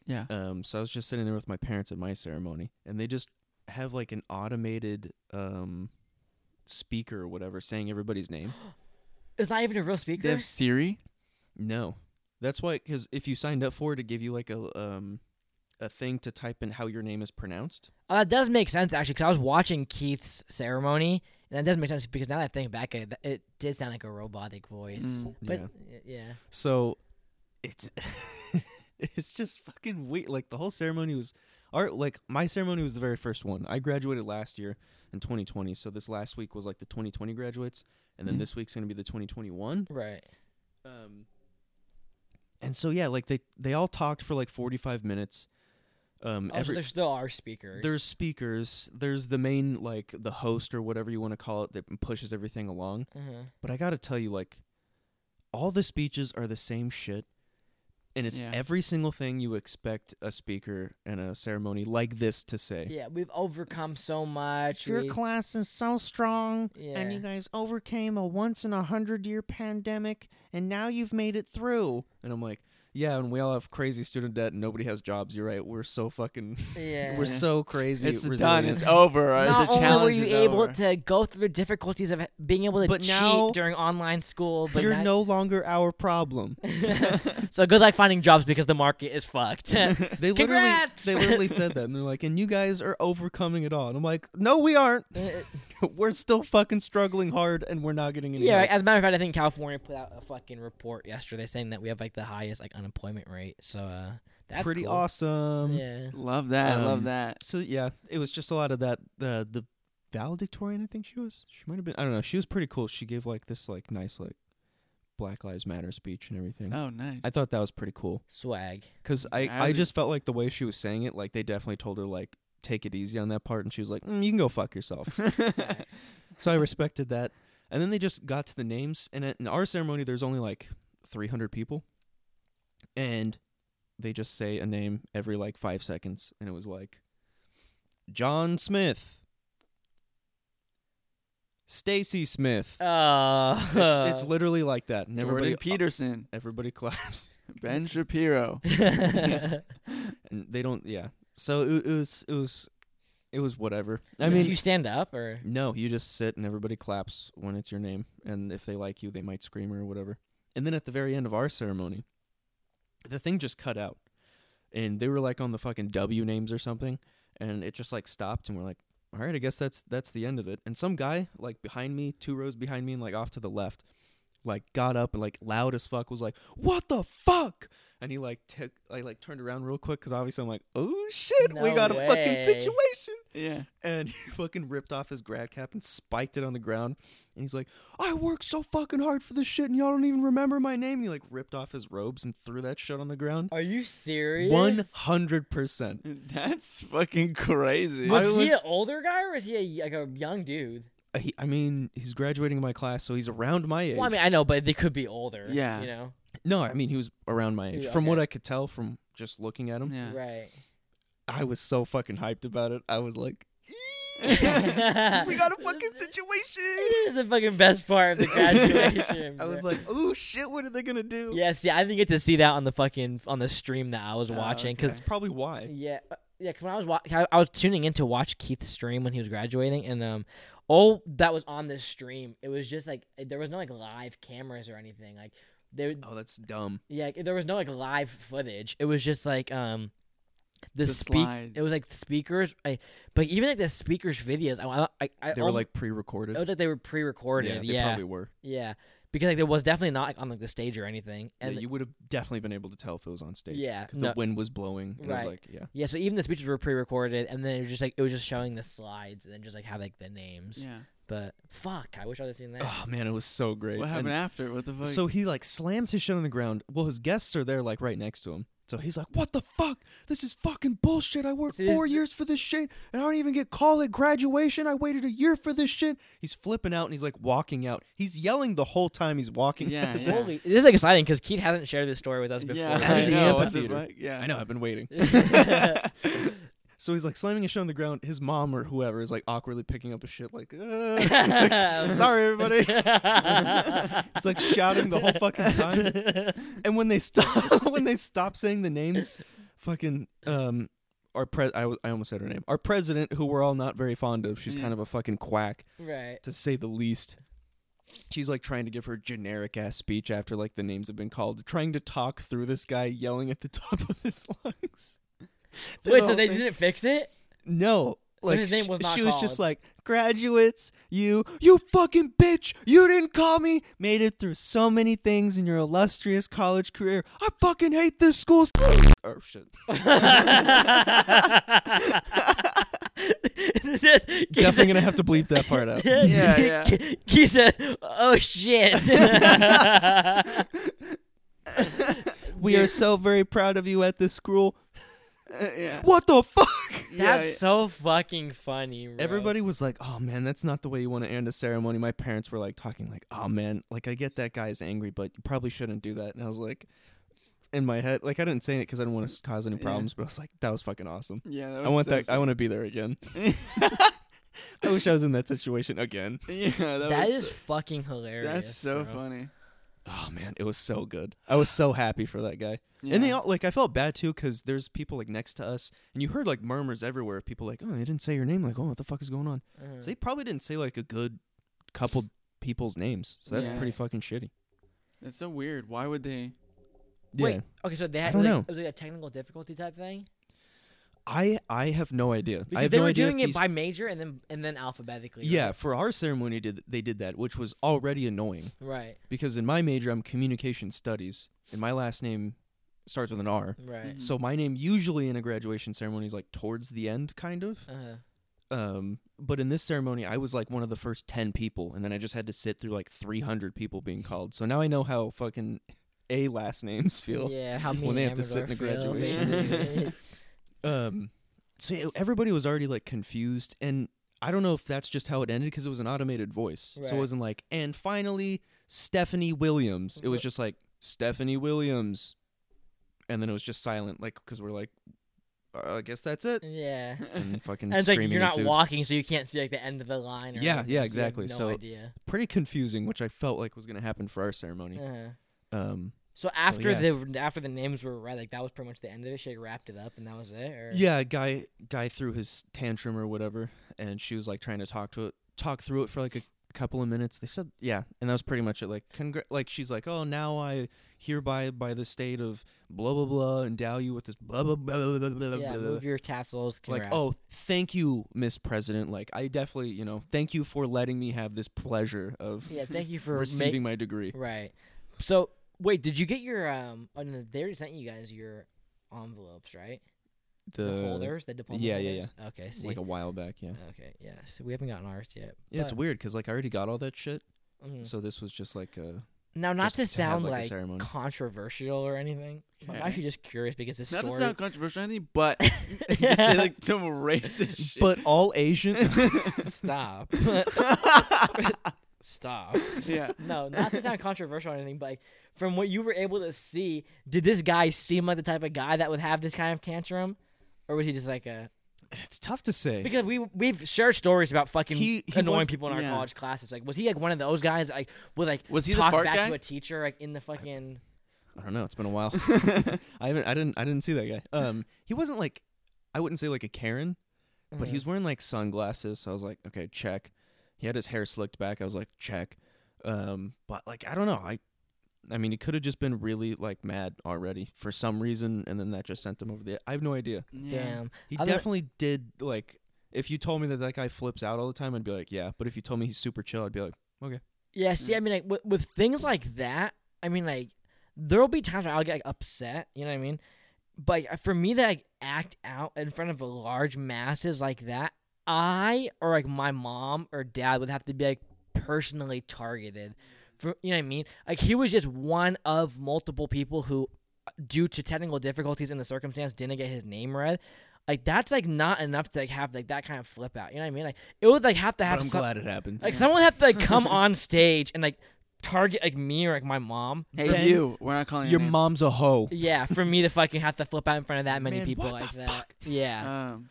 Speaker 2: Yeah.
Speaker 1: Uh,
Speaker 3: Um, so I was just sitting there with my parents at my ceremony, and they just have like an automated um speaker or whatever saying everybody's name.
Speaker 1: It's not even a real speaker.
Speaker 2: They have Siri.
Speaker 3: No, that's why because if you signed up for it, it give you like a um a thing to type in how your name is pronounced.
Speaker 1: Oh, that does make sense actually, because I was watching Keith's ceremony, and that does make sense because now that I think back, it, it did sound like a robotic voice.
Speaker 2: Mm.
Speaker 1: But yeah,
Speaker 3: So it's it's just fucking weird. Like the whole ceremony was our like my ceremony was the very first one. I graduated last year in 2020, so this last
Speaker 1: Mm-hmm.
Speaker 3: week was like the 2020 graduates, and then
Speaker 2: Mhm.
Speaker 3: this week's gonna be the 2021.
Speaker 1: right.
Speaker 3: Um, And so yeah, like they they all talked for like 45 minutes. Um
Speaker 1: Oh, so
Speaker 3: every,
Speaker 1: there still are speakers.
Speaker 3: there's speakers, there's the main like the host or whatever you want to call it that pushes everything along.
Speaker 1: uh
Speaker 3: But I got to tell you like all the speeches are the same shit. And it's
Speaker 2: Yeah.
Speaker 3: every single thing you expect a speaker and a ceremony like this to say.
Speaker 1: Yeah, we've overcome so much.
Speaker 3: Your
Speaker 1: we-
Speaker 3: class is so strong, and
Speaker 1: Yeah.
Speaker 3: you guys overcame a once in a hundred year pandemic, and now you've made it through. And I'm like, yeah, and we all have crazy student debt, and nobody has jobs. You're right. We're so fucking,
Speaker 1: yeah.
Speaker 3: we're so crazy.
Speaker 2: It's done.
Speaker 3: resilient.
Speaker 2: It's over. Right?
Speaker 1: Not
Speaker 2: the challenge
Speaker 1: only were you
Speaker 2: is
Speaker 1: able
Speaker 2: over.
Speaker 1: to go through the difficulties of being able to
Speaker 3: But
Speaker 1: cheat
Speaker 3: now
Speaker 1: during online school, but
Speaker 3: You're
Speaker 1: not-
Speaker 3: no longer our problem.
Speaker 1: so good luck finding jobs because the market is fucked.
Speaker 3: They literally,
Speaker 1: Congrats!
Speaker 3: they literally said that, and they're like, and you guys are overcoming it all. And I'm like, no, we aren't.
Speaker 1: Uh,
Speaker 3: we're still fucking struggling hard, and we're not getting any.
Speaker 1: Yeah,
Speaker 3: help."
Speaker 1: as a matter of fact, I think California put out a fucking report yesterday saying that we have like the highest like unemployment rate. So uh, that's
Speaker 3: pretty
Speaker 1: cool.
Speaker 3: awesome.
Speaker 1: Yeah.
Speaker 2: Love that. I love
Speaker 3: Um,
Speaker 2: that.
Speaker 3: so yeah, it was just a lot of that. The the valedictorian, I think she was. She might have been. I don't know. She was pretty cool. She gave like this like nice like Black Lives Matter speech and everything.
Speaker 2: Oh, nice.
Speaker 3: I thought that was pretty cool
Speaker 1: Swag.
Speaker 3: because
Speaker 2: I
Speaker 3: I I,
Speaker 2: was-
Speaker 3: just felt like the way she was saying it, like they definitely told her like take it easy on that part, and she was like, mm, you can go fuck yourself. so I respected that. And then they just got to the names, and at, in our ceremony, there's only like 300 people, and they just say a name every like five seconds, and it was like John Smith, Stacy Smith.
Speaker 1: Uh,
Speaker 3: it's, it's literally like that, and everybody uh,
Speaker 2: Jordan Peterson,
Speaker 3: everybody claps,
Speaker 2: Ben Shapiro.
Speaker 3: and they don't. Yeah, so it, it was it was it was whatever. I
Speaker 1: Did
Speaker 3: mean,
Speaker 1: you stand up or
Speaker 3: No, you just sit and everybody claps when it's your name, and if they like you, they might scream or whatever. And then at the very end of our ceremony, the thing just cut out, and they were like on the fucking W names or something, and it just like stopped, and we're like, all right, I guess that's that's the end of it. And some guy like behind me, two rows behind me, and like off to the left, like got up and like loud as fuck was like, what the fuck. And he like took, I like turned around real quick because obviously I'm like, oh shit, we
Speaker 1: No
Speaker 3: got a fucking
Speaker 1: way.
Speaker 3: situation
Speaker 2: yeah.
Speaker 3: and he fucking ripped off his grad cap and spiked it on the ground. And he's like, I worked so fucking hard for this shit and y'all don't even remember my name. And he like ripped off his robes and threw that shit on the ground.
Speaker 1: Are you serious?
Speaker 3: 100%.
Speaker 2: That's fucking crazy.
Speaker 1: Was
Speaker 3: I
Speaker 1: he
Speaker 3: was-
Speaker 1: an older guy or was he a, like a young dude?
Speaker 3: Uh, He, I mean, he's graduating my class, so he's around my age.
Speaker 1: Well, I mean, I know, but they could be older.
Speaker 2: Yeah.
Speaker 1: You know.
Speaker 3: no, I mean, he was around my age.
Speaker 1: Yeah,
Speaker 3: From what
Speaker 1: okay.
Speaker 3: I could tell from just looking at him,
Speaker 2: yeah.
Speaker 1: Right.
Speaker 3: I was so fucking hyped about it. I was like, we
Speaker 1: we
Speaker 3: got a fucking situation.
Speaker 1: This is the fucking best part of the graduation.
Speaker 3: I was
Speaker 1: bro.
Speaker 3: like, oh shit, what are they going to do?
Speaker 1: yeah, see, I didn't get to see that on the fucking on the stream that I was
Speaker 2: Oh,
Speaker 1: watching
Speaker 2: okay.
Speaker 1: because
Speaker 3: That's probably why.
Speaker 1: Yeah, uh, yeah. 'cause when I was wa- I, I was tuning in to watch Keith's stream when he was graduating, and um, all that was on this stream, it was just like eh, there was no like live cameras or anything. Like there,
Speaker 3: Oh, that's dumb.
Speaker 1: yeah, like, there was no like live footage. It was just like um, the,
Speaker 2: The
Speaker 1: speak.
Speaker 2: slide.
Speaker 1: It was like the speakers, I, but even like the speakers' videos, I, I, I
Speaker 3: They were
Speaker 1: al-
Speaker 3: like
Speaker 1: it
Speaker 3: pre-recorded.
Speaker 1: was like they were pre-recorded.
Speaker 3: they
Speaker 1: Yeah, yeah,
Speaker 3: probably were.
Speaker 1: because like there was definitely not like, on like the stage or anything, and
Speaker 3: yeah, you would have definitely been able to tell if it was on stage.
Speaker 1: Yeah,
Speaker 3: because
Speaker 1: no-
Speaker 3: the wind was blowing. And It was
Speaker 1: Right.
Speaker 3: like, yeah,
Speaker 1: yeah, so even the speeches were pre-recorded, and then it was just like it was just showing the slides, and then just like had like the names.
Speaker 2: Yeah.
Speaker 1: But fuck, I wish I'd have seen that.
Speaker 3: oh man, it was so great.
Speaker 2: What happened
Speaker 3: And
Speaker 2: after? What the fuck?
Speaker 3: so he like slammed his shit on the ground. Well, his guests are there, like right next to him. So he's like, "What the fuck? This is fucking bullshit. I worked
Speaker 1: See,
Speaker 3: four
Speaker 1: this-
Speaker 3: years for this shit, and I don't even get called at graduation. I waited a year for this shit." He's flipping out, and he's like walking out. He's yelling the whole time he's walking.
Speaker 2: yeah, yeah.
Speaker 1: Holy, this is like exciting because Keith hasn't shared this story with us before.
Speaker 2: yeah,
Speaker 3: I
Speaker 2: I
Speaker 3: mean, the
Speaker 2: know. What the
Speaker 3: amphitheater.
Speaker 2: fuck? Yeah.
Speaker 3: I know. I've been waiting.
Speaker 1: yeah.
Speaker 3: So he's like slamming his shit on the ground. His mom or whoever is like awkwardly picking up his shit, like, "Uh, sorry, everybody. It's like shouting the whole fucking time. And when they stop, when they stop saying the names, fucking um, our pres I, w- I almost said her name. Our president, who we're all not very fond of,
Speaker 1: Mm.
Speaker 3: she's kind
Speaker 2: Yeah.
Speaker 3: of a fucking quack
Speaker 1: right.
Speaker 3: to say the least. She's like trying to give her generic ass speech after like the names have been called, trying to talk through this guy yelling at the top of his lungs. Through
Speaker 1: Wait,
Speaker 3: the
Speaker 1: so
Speaker 3: whole
Speaker 1: they
Speaker 3: thing.
Speaker 1: didn't fix it?
Speaker 3: No.
Speaker 1: So
Speaker 3: Like
Speaker 1: his name
Speaker 3: sh-
Speaker 1: was not
Speaker 3: she was just
Speaker 1: called.
Speaker 3: like, graduates, you, you fucking bitch, you didn't call me. Made it through so many things in your illustrious college career. I fucking hate this school. s-" oh shit. Definitely gonna have to bleep that part out.
Speaker 2: Yeah, yeah.
Speaker 1: Keith said, "Oh shit."
Speaker 3: We are so very proud of you at this school.
Speaker 2: Uh, yeah.
Speaker 3: What the fuck?
Speaker 1: That's so fucking funny. Bro.
Speaker 3: Everybody was like, "Oh man, that's not the way you want to end a ceremony." My parents were like talking like, "Oh man, like I get that guy's angry, but you probably shouldn't do that." And I was like, in my head, like I didn't say it because I didn't want to cause any
Speaker 2: Yeah.
Speaker 3: problems, but I was like, "That was fucking awesome.
Speaker 2: yeah.
Speaker 3: I want that. I want to be there again. I wish I was in that situation again."
Speaker 2: yeah, that,
Speaker 1: that is
Speaker 2: was so-
Speaker 1: fucking hilarious.
Speaker 2: That's so
Speaker 1: bro.
Speaker 2: funny.
Speaker 3: Oh man, it was so good. I was so happy for that guy. And they
Speaker 2: Yeah.
Speaker 3: all like I felt bad too because there's people like next to us, and you heard like murmurs everywhere of people like, "Oh, they didn't say your name." Like, "Oh, what the fuck is going on?"
Speaker 1: Uh-huh.
Speaker 3: So they probably didn't say like a good couple people's names. So that's
Speaker 2: Yeah.
Speaker 3: pretty fucking shitty.
Speaker 2: That's so weird. Why would they?
Speaker 1: Wait, okay, so they had
Speaker 3: don't
Speaker 1: like,
Speaker 3: know.
Speaker 1: it was like a technical difficulty type thing
Speaker 3: I I have no idea. I
Speaker 1: because
Speaker 3: have
Speaker 1: they
Speaker 3: no
Speaker 1: were
Speaker 3: idea if
Speaker 1: doing it
Speaker 3: these-
Speaker 1: by major and then and then alphabetically.
Speaker 3: Yeah, for our ceremony did they did that, which was already annoying
Speaker 1: Right.
Speaker 3: because in my major I'm communication studies and my last name starts with an R.
Speaker 1: Right.
Speaker 3: So my name usually in a graduation ceremony is like towards the end kind of.
Speaker 1: Uh-huh.
Speaker 3: Um but in this ceremony I was like one of the first 10 people and then I just had to sit through like 300 people being called. So now I know how fucking A last names feel.
Speaker 1: Yeah. How
Speaker 3: When
Speaker 1: me and
Speaker 3: they have to sit
Speaker 1: Amador
Speaker 3: in the
Speaker 1: feel,
Speaker 3: graduation.
Speaker 1: basically.
Speaker 3: um so yeah, everybody was already like confused and i don't know if that's just how it ended because it was an automated voice so
Speaker 1: Right.
Speaker 3: it wasn't like and finally stephanie williams it was
Speaker 1: Wha-
Speaker 3: just like stephanie williams and then it was just silent like because we're like uh, i guess that's it
Speaker 1: yeah.
Speaker 3: and fucking
Speaker 1: And it's like
Speaker 3: screaming
Speaker 1: you're not
Speaker 3: ensued.
Speaker 1: walking, so you can't see like the end of the line. Or
Speaker 3: Yeah,
Speaker 1: whatever,
Speaker 3: yeah,
Speaker 1: so you have
Speaker 3: exactly.
Speaker 1: no
Speaker 3: So-
Speaker 1: idea.
Speaker 3: pretty confusing which i felt like was going to happen for our ceremony
Speaker 1: Uh-huh.
Speaker 3: um
Speaker 1: So after
Speaker 3: yeah.
Speaker 1: the after the names were read, like that was pretty much the end of it. She like, wrapped it up, and that was it. Or?
Speaker 3: yeah guy guy threw his tantrum or whatever and she was like trying to talk to it talk through it for like a couple of minutes they said yeah and that was pretty much it like congr- like she's like oh now i hereby by the state of blah blah blah endow you with this blah blah blah blah blah blah,
Speaker 1: Yeah.
Speaker 3: blah.
Speaker 1: Move your tassels.
Speaker 3: like
Speaker 1: Congrats.
Speaker 3: oh thank you miss president like i definitely you know thank you for letting me have this pleasure of
Speaker 1: Yeah. Thank you for ma-
Speaker 3: receiving my degree
Speaker 1: Right. So wait, did you get your um? Oh, no, they already sent you guys your envelopes, right?
Speaker 3: the,
Speaker 1: the holders, the diploma.
Speaker 3: Uh, yeah, yeah,
Speaker 1: holders? Okay. See.
Speaker 3: like a while back yeah
Speaker 1: okay. Yeah. So we haven't gotten ours yet.
Speaker 3: yeah it's
Speaker 1: but-
Speaker 3: weird because like i already got all that shit
Speaker 1: mhm.
Speaker 3: so this was just like a
Speaker 1: Now, not to
Speaker 3: just to have,
Speaker 1: sound
Speaker 3: like, a
Speaker 1: like,
Speaker 3: ceremony.
Speaker 1: controversial or anything, but I'm
Speaker 2: Okay.
Speaker 1: actually just curious because this
Speaker 2: Not to
Speaker 1: story.
Speaker 2: sound controversial or anything, but just say like some racist shit.
Speaker 3: but all asian
Speaker 1: Stop. Stop.
Speaker 2: yeah.
Speaker 1: No, not to sound controversial or anything, but like, from what you were able to see, did this guy seem like the type of guy that would have this kind of tantrum, or was he just like a?
Speaker 3: it's tough to say
Speaker 1: Because we we've shared stories about fucking
Speaker 3: He- he
Speaker 1: annoying
Speaker 3: was-
Speaker 1: people in our
Speaker 2: yeah.
Speaker 1: college classes. Like, was he like one of those guys? that, Like, would like
Speaker 2: Was he the
Speaker 1: talk
Speaker 2: fart
Speaker 1: back
Speaker 2: guy?
Speaker 1: to a teacher like in the fucking?
Speaker 3: I don't know. It's been a while. I haven't. I didn't. I didn't see that guy. Um, he wasn't like, I wouldn't say like a Karen, but
Speaker 1: Mm-hmm.
Speaker 3: he was wearing like sunglasses. So I was like, okay, check. He had his hair slicked back. I was like, check. Um, but like, I don't know. I, I mean, he could have just been really like mad already for some reason, and then that just sent him over the. I have no idea.
Speaker 2: Yeah.
Speaker 1: damn.
Speaker 3: He
Speaker 1: I don't-
Speaker 3: definitely did like. If you told me that that guy flips out all the time, I'd be like, yeah. But if you told me he's super chill, I'd be like,
Speaker 1: Yeah, see,
Speaker 2: Mm.
Speaker 1: I mean, like with, with things like that, I mean, like there'll be times where I'll get like, upset, you know what I mean? But like, for me to like act out in front of large masses like that, I or like my mom or dad would have to be like personally targeted. For you know what I mean? Like he was just one of multiple people who, due to technical difficulties in the circumstance, didn't get his name read. Like that's like not enough to like have like that kind of flip out. You know what I mean? Like it would like have to
Speaker 3: but
Speaker 1: have
Speaker 3: I'm
Speaker 1: some-
Speaker 3: glad it happened.
Speaker 1: like someone would have to like come on stage and like target like me or like my mom.
Speaker 2: Hey
Speaker 3: Ben,
Speaker 2: you, we're not calling your,
Speaker 3: Your
Speaker 2: name.
Speaker 3: mom's a hoe.
Speaker 1: Yeah, for me to fucking have to flip out in front of that many
Speaker 3: Man,
Speaker 1: people
Speaker 3: what the
Speaker 1: like that.
Speaker 3: fuck?
Speaker 1: Yeah.
Speaker 2: Um,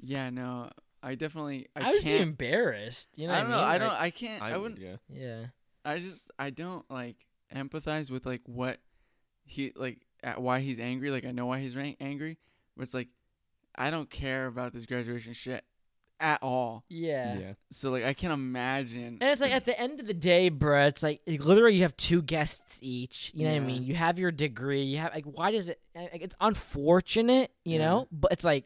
Speaker 2: yeah, no, I definitely I,
Speaker 1: I, was
Speaker 2: can't.
Speaker 1: being embarrassed. You know
Speaker 2: I don't
Speaker 1: what
Speaker 2: know.
Speaker 1: I
Speaker 2: I
Speaker 1: mean?
Speaker 2: don't.
Speaker 1: Like,
Speaker 2: I can't. I, wouldn't.
Speaker 3: Yeah.
Speaker 1: yeah.
Speaker 2: I just. I don't like empathize with like what he like at why he's angry. Like I know why he's ran- angry, but it's like I don't care about this graduation shit at all.
Speaker 1: Yeah.
Speaker 3: yeah.
Speaker 2: So like I can imagine.
Speaker 1: And it's like at the end of the day, bruh, it's like literally you have two guests each. You know what I
Speaker 2: Yeah.
Speaker 1: mean? You have your degree. You have like why does it? Like, it's unfortunate, you
Speaker 2: Yeah.
Speaker 1: know. But it's like,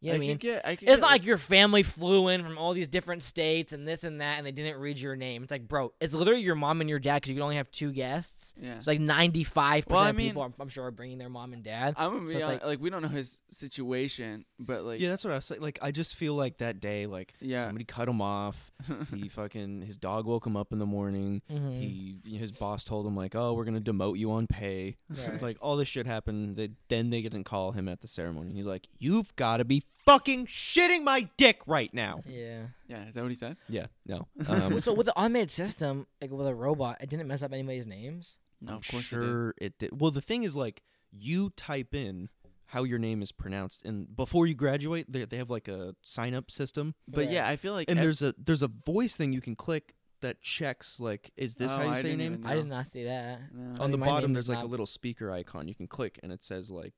Speaker 1: You know what
Speaker 2: I
Speaker 1: I mean?
Speaker 2: could get, I could
Speaker 1: It's
Speaker 2: get
Speaker 1: not
Speaker 2: with-
Speaker 1: like your family flew in from all these different states and this and that, and they didn't read your name. It's like, bro, it's literally your mom and your dad because you can only have two guests.
Speaker 2: yeah.
Speaker 1: It's like ninety five
Speaker 2: Well, I
Speaker 1: percent of
Speaker 2: mean-
Speaker 1: people, I'm, I'm sure, are bringing their mom and dad.
Speaker 2: I'm gonna
Speaker 1: so
Speaker 2: be
Speaker 1: it's
Speaker 2: hon- like,
Speaker 1: like-
Speaker 2: we don't know his situation, but like
Speaker 3: yeah, that's what I was saying. Like, I just feel like that day, like
Speaker 2: Yeah.
Speaker 3: somebody cut him off. he fucking his dog woke him up in the morning.
Speaker 1: Mhm.
Speaker 3: He you know, his boss told him like, oh, we're gonna demote you on pay.
Speaker 1: Right.
Speaker 3: Like all this shit happened. They, then they didn't call him at the ceremony. He's like, you've got to be fucking shitting my dick right now.
Speaker 1: yeah.
Speaker 2: yeah, is that what he said?
Speaker 3: Yeah, no. Um,
Speaker 1: Well, so with the automated system, like with a robot, it didn't mess up anybody's names.
Speaker 2: No,
Speaker 3: I'm
Speaker 2: of course it did.
Speaker 3: sure it did. Well, the thing is, like, you type in how your name is pronounced, and before you graduate, they they have like a sign up system,
Speaker 2: But
Speaker 1: Yeah.
Speaker 2: yeah, I feel like
Speaker 3: and
Speaker 2: ev-
Speaker 3: there's a there's a voice thing you can click that checks like, is this
Speaker 2: Oh,
Speaker 3: how you
Speaker 2: I
Speaker 3: say your
Speaker 2: didn't
Speaker 3: name?
Speaker 2: even
Speaker 1: I Oh,
Speaker 2: know.
Speaker 1: did not see that.
Speaker 2: No.
Speaker 1: I
Speaker 3: On the
Speaker 1: think my name
Speaker 3: bottom,
Speaker 1: does
Speaker 3: there's like a
Speaker 1: not-
Speaker 3: little speaker icon you can click, and it says like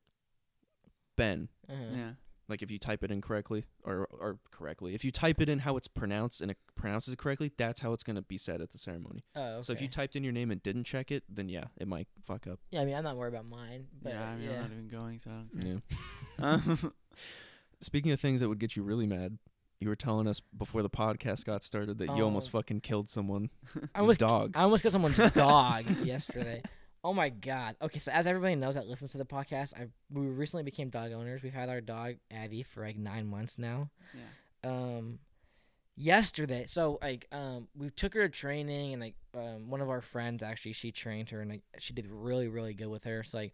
Speaker 3: Ben.
Speaker 1: Uh-huh.
Speaker 2: yeah.
Speaker 3: Like if you type it in correctly or or correctly, if you type it in how it's pronounced and it pronounces it correctly, that's how it's gonna be said at the ceremony.
Speaker 1: Oh, okay.
Speaker 3: So if you typed in your name and didn't check it, then yeah, it might fuck up.
Speaker 1: yeah, I mean, I'm not worried about mine, but yeah,
Speaker 2: yeah, I mean, I'm not even going, so I
Speaker 3: Yeah.
Speaker 2: don't care. Um,
Speaker 3: Speaking of things that would get you really mad, you were telling us before the podcast got started that you almost
Speaker 1: Oh.
Speaker 3: fucking killed someone.
Speaker 1: I
Speaker 3: his
Speaker 1: almost
Speaker 3: dog.
Speaker 1: I almost got someone's dog yesterday. Oh my god. Okay, so as everybody knows that listens to the podcast, I we recently became dog owners. We've had our dog Abby for like nine months now. Yeah. Um, yesterday, so like um, we took her to training, and like um, one of our friends actually she trained her, and like she did really really good with her. So like.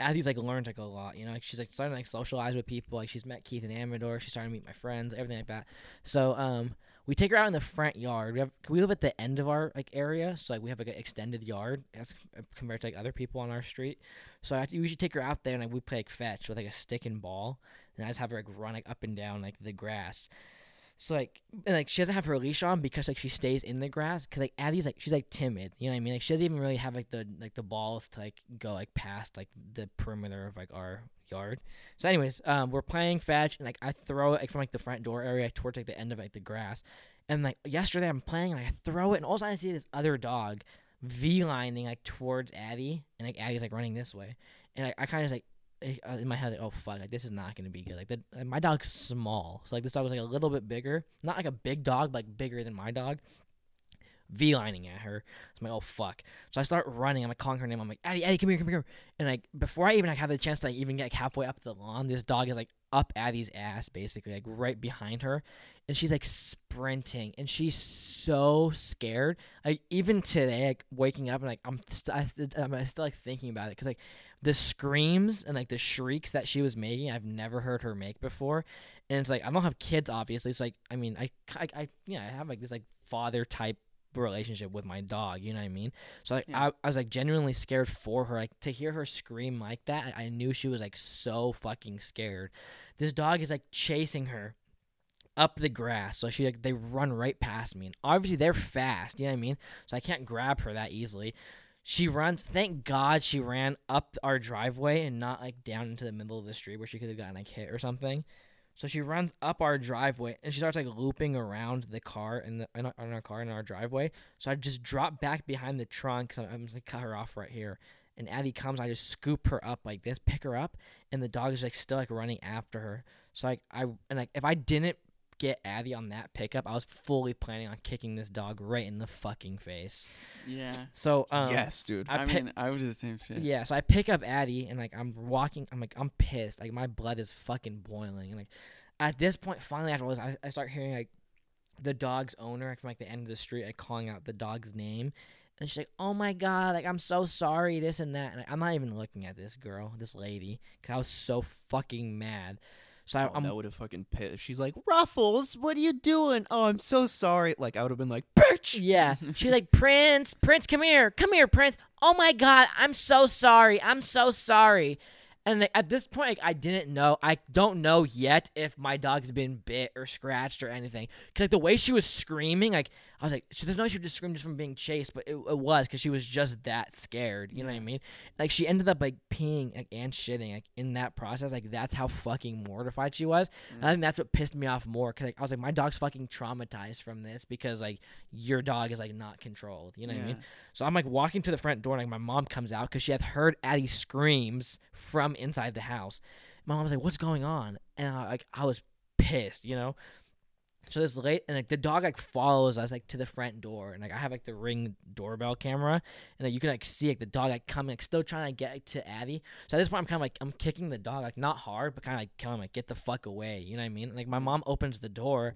Speaker 1: Abby's like learned like a lot, you know. Like she's like starting to like socialize with people. Like she's met Keith and Amador. She's starting to meet my friends, everything like that. So um, we take her out in the front yard. We, have, we live at the end of our like area, so like we have like an extended yard as c- compared to like other people on our street. So I have to- we usually take her out there and like we play like fetch with like a stick and ball, and I just have her like run like up and down like the grass. So like and like she doesn't have her leash on because like she stays in the grass because like Addie's like she's like timid, you know what I mean? Like she doesn't even really have like the like the balls to like go like past like the perimeter of like our yard. So anyways, um, we're playing fetch and like I throw it like from like the front door area towards like the end of like the grass. And like yesterday, I'm playing and I throw it, and all of a sudden I see this other dog V-lining like towards Addie, and like Addie's like running this way, and like, I kind of just like eh, uh, in my head like, oh fuck, like this is not gonna be good. Like, that, like, my dog's small, so like this dog was like a little bit bigger, not like a big dog, but like bigger than my dog. V-lining at her. I'm like, oh fuck. So I start running. I'm like calling her name. I'm like, Addie, Addie, come here, come here. And like before I even like have the chance to like, even get like, halfway up the lawn, this dog is like up Addie's ass, basically, like right behind her and she's like sprinting and she's so scared like even today like waking up and like i'm st- I st- i'm still like thinking about it because like the screams and like the shrieks that she was making i've never heard her make before and it's like i don't have kids obviously so like i mean i i, I yeah i have like this like father type relationship with my dog you know what i mean so like
Speaker 2: Yeah.
Speaker 1: I, I was like genuinely scared for her like to hear her scream like that i I knew she was like so fucking scared this dog is like chasing her up the grass. So she like they run right past me. And obviously they're fast, you know what I mean? So I can't grab her that easily. She runs. Thank God she ran up our driveway and not like down into the middle of the street where she could have gotten like hit or something. So she runs up our driveway and she starts like looping around the car in the in our, in our car in our driveway. So I just drop back behind the trunk. So I'm just like cut her off right here. And Abby comes. I just scoop her up like this, pick her up, and the dog is like still like running after her. So like I and like if I didn't get Abby on that pickup, I was fully planning on kicking this dog right in the fucking face.
Speaker 2: yeah.
Speaker 1: So um,
Speaker 3: yes, dude.
Speaker 1: I,
Speaker 2: I,
Speaker 1: pi-
Speaker 2: mean, I would do the same shit.
Speaker 1: yeah, so I pick up Addie and like I'm walking. I'm like I'm pissed. Like my blood is fucking boiling. And like at this point, finally after all this, I, I start hearing like the dog's owner like, from like the end of the street, like calling out the dog's name. And she's like, "Oh my god! Like I'm so sorry, this and that." And like, I'm not even looking at this girl, this lady, because I was so fucking mad. So I,
Speaker 3: Oh,
Speaker 1: I'm
Speaker 3: that would have fucking pissed. If she's like, Ruffles, what are you doing? Oh, I'm so sorry. Like, I would have been like, bitch.
Speaker 1: Yeah. She's like, Prince, Prince, come here. Come here, Prince. Oh my God. I'm so sorry. I'm so sorry. And like, at this point, like, I didn't know. I don't know yet if my dog's been bit or scratched or anything. Because like the way she was screaming, like I was like, so there's no way she just screamed just from being chased, but it, it was because she was just that scared. You know what I mean? Like she ended up like peeing like, and shitting like in that process. Like that's how fucking mortified she was. And I think that's what pissed me off more. Because like, I was like, my dog's fucking traumatized from this because like your dog is like not controlled. You know what I mean? So I'm like walking to the front door, and like my mom comes out because she had heard Addie screams from inside the house, my mom was like, "What's going on?" And I, like I was pissed, you know. So this late, and like the dog like follows us like to the front door, and like I have like the ring doorbell camera, and like you can like see like the dog like coming, like still trying to get like, to Abby. So at this point, I'm kind of like I'm kicking the dog like not hard, but kind of like telling him like get the fuck away, you know what I mean? Like my mom opens the door,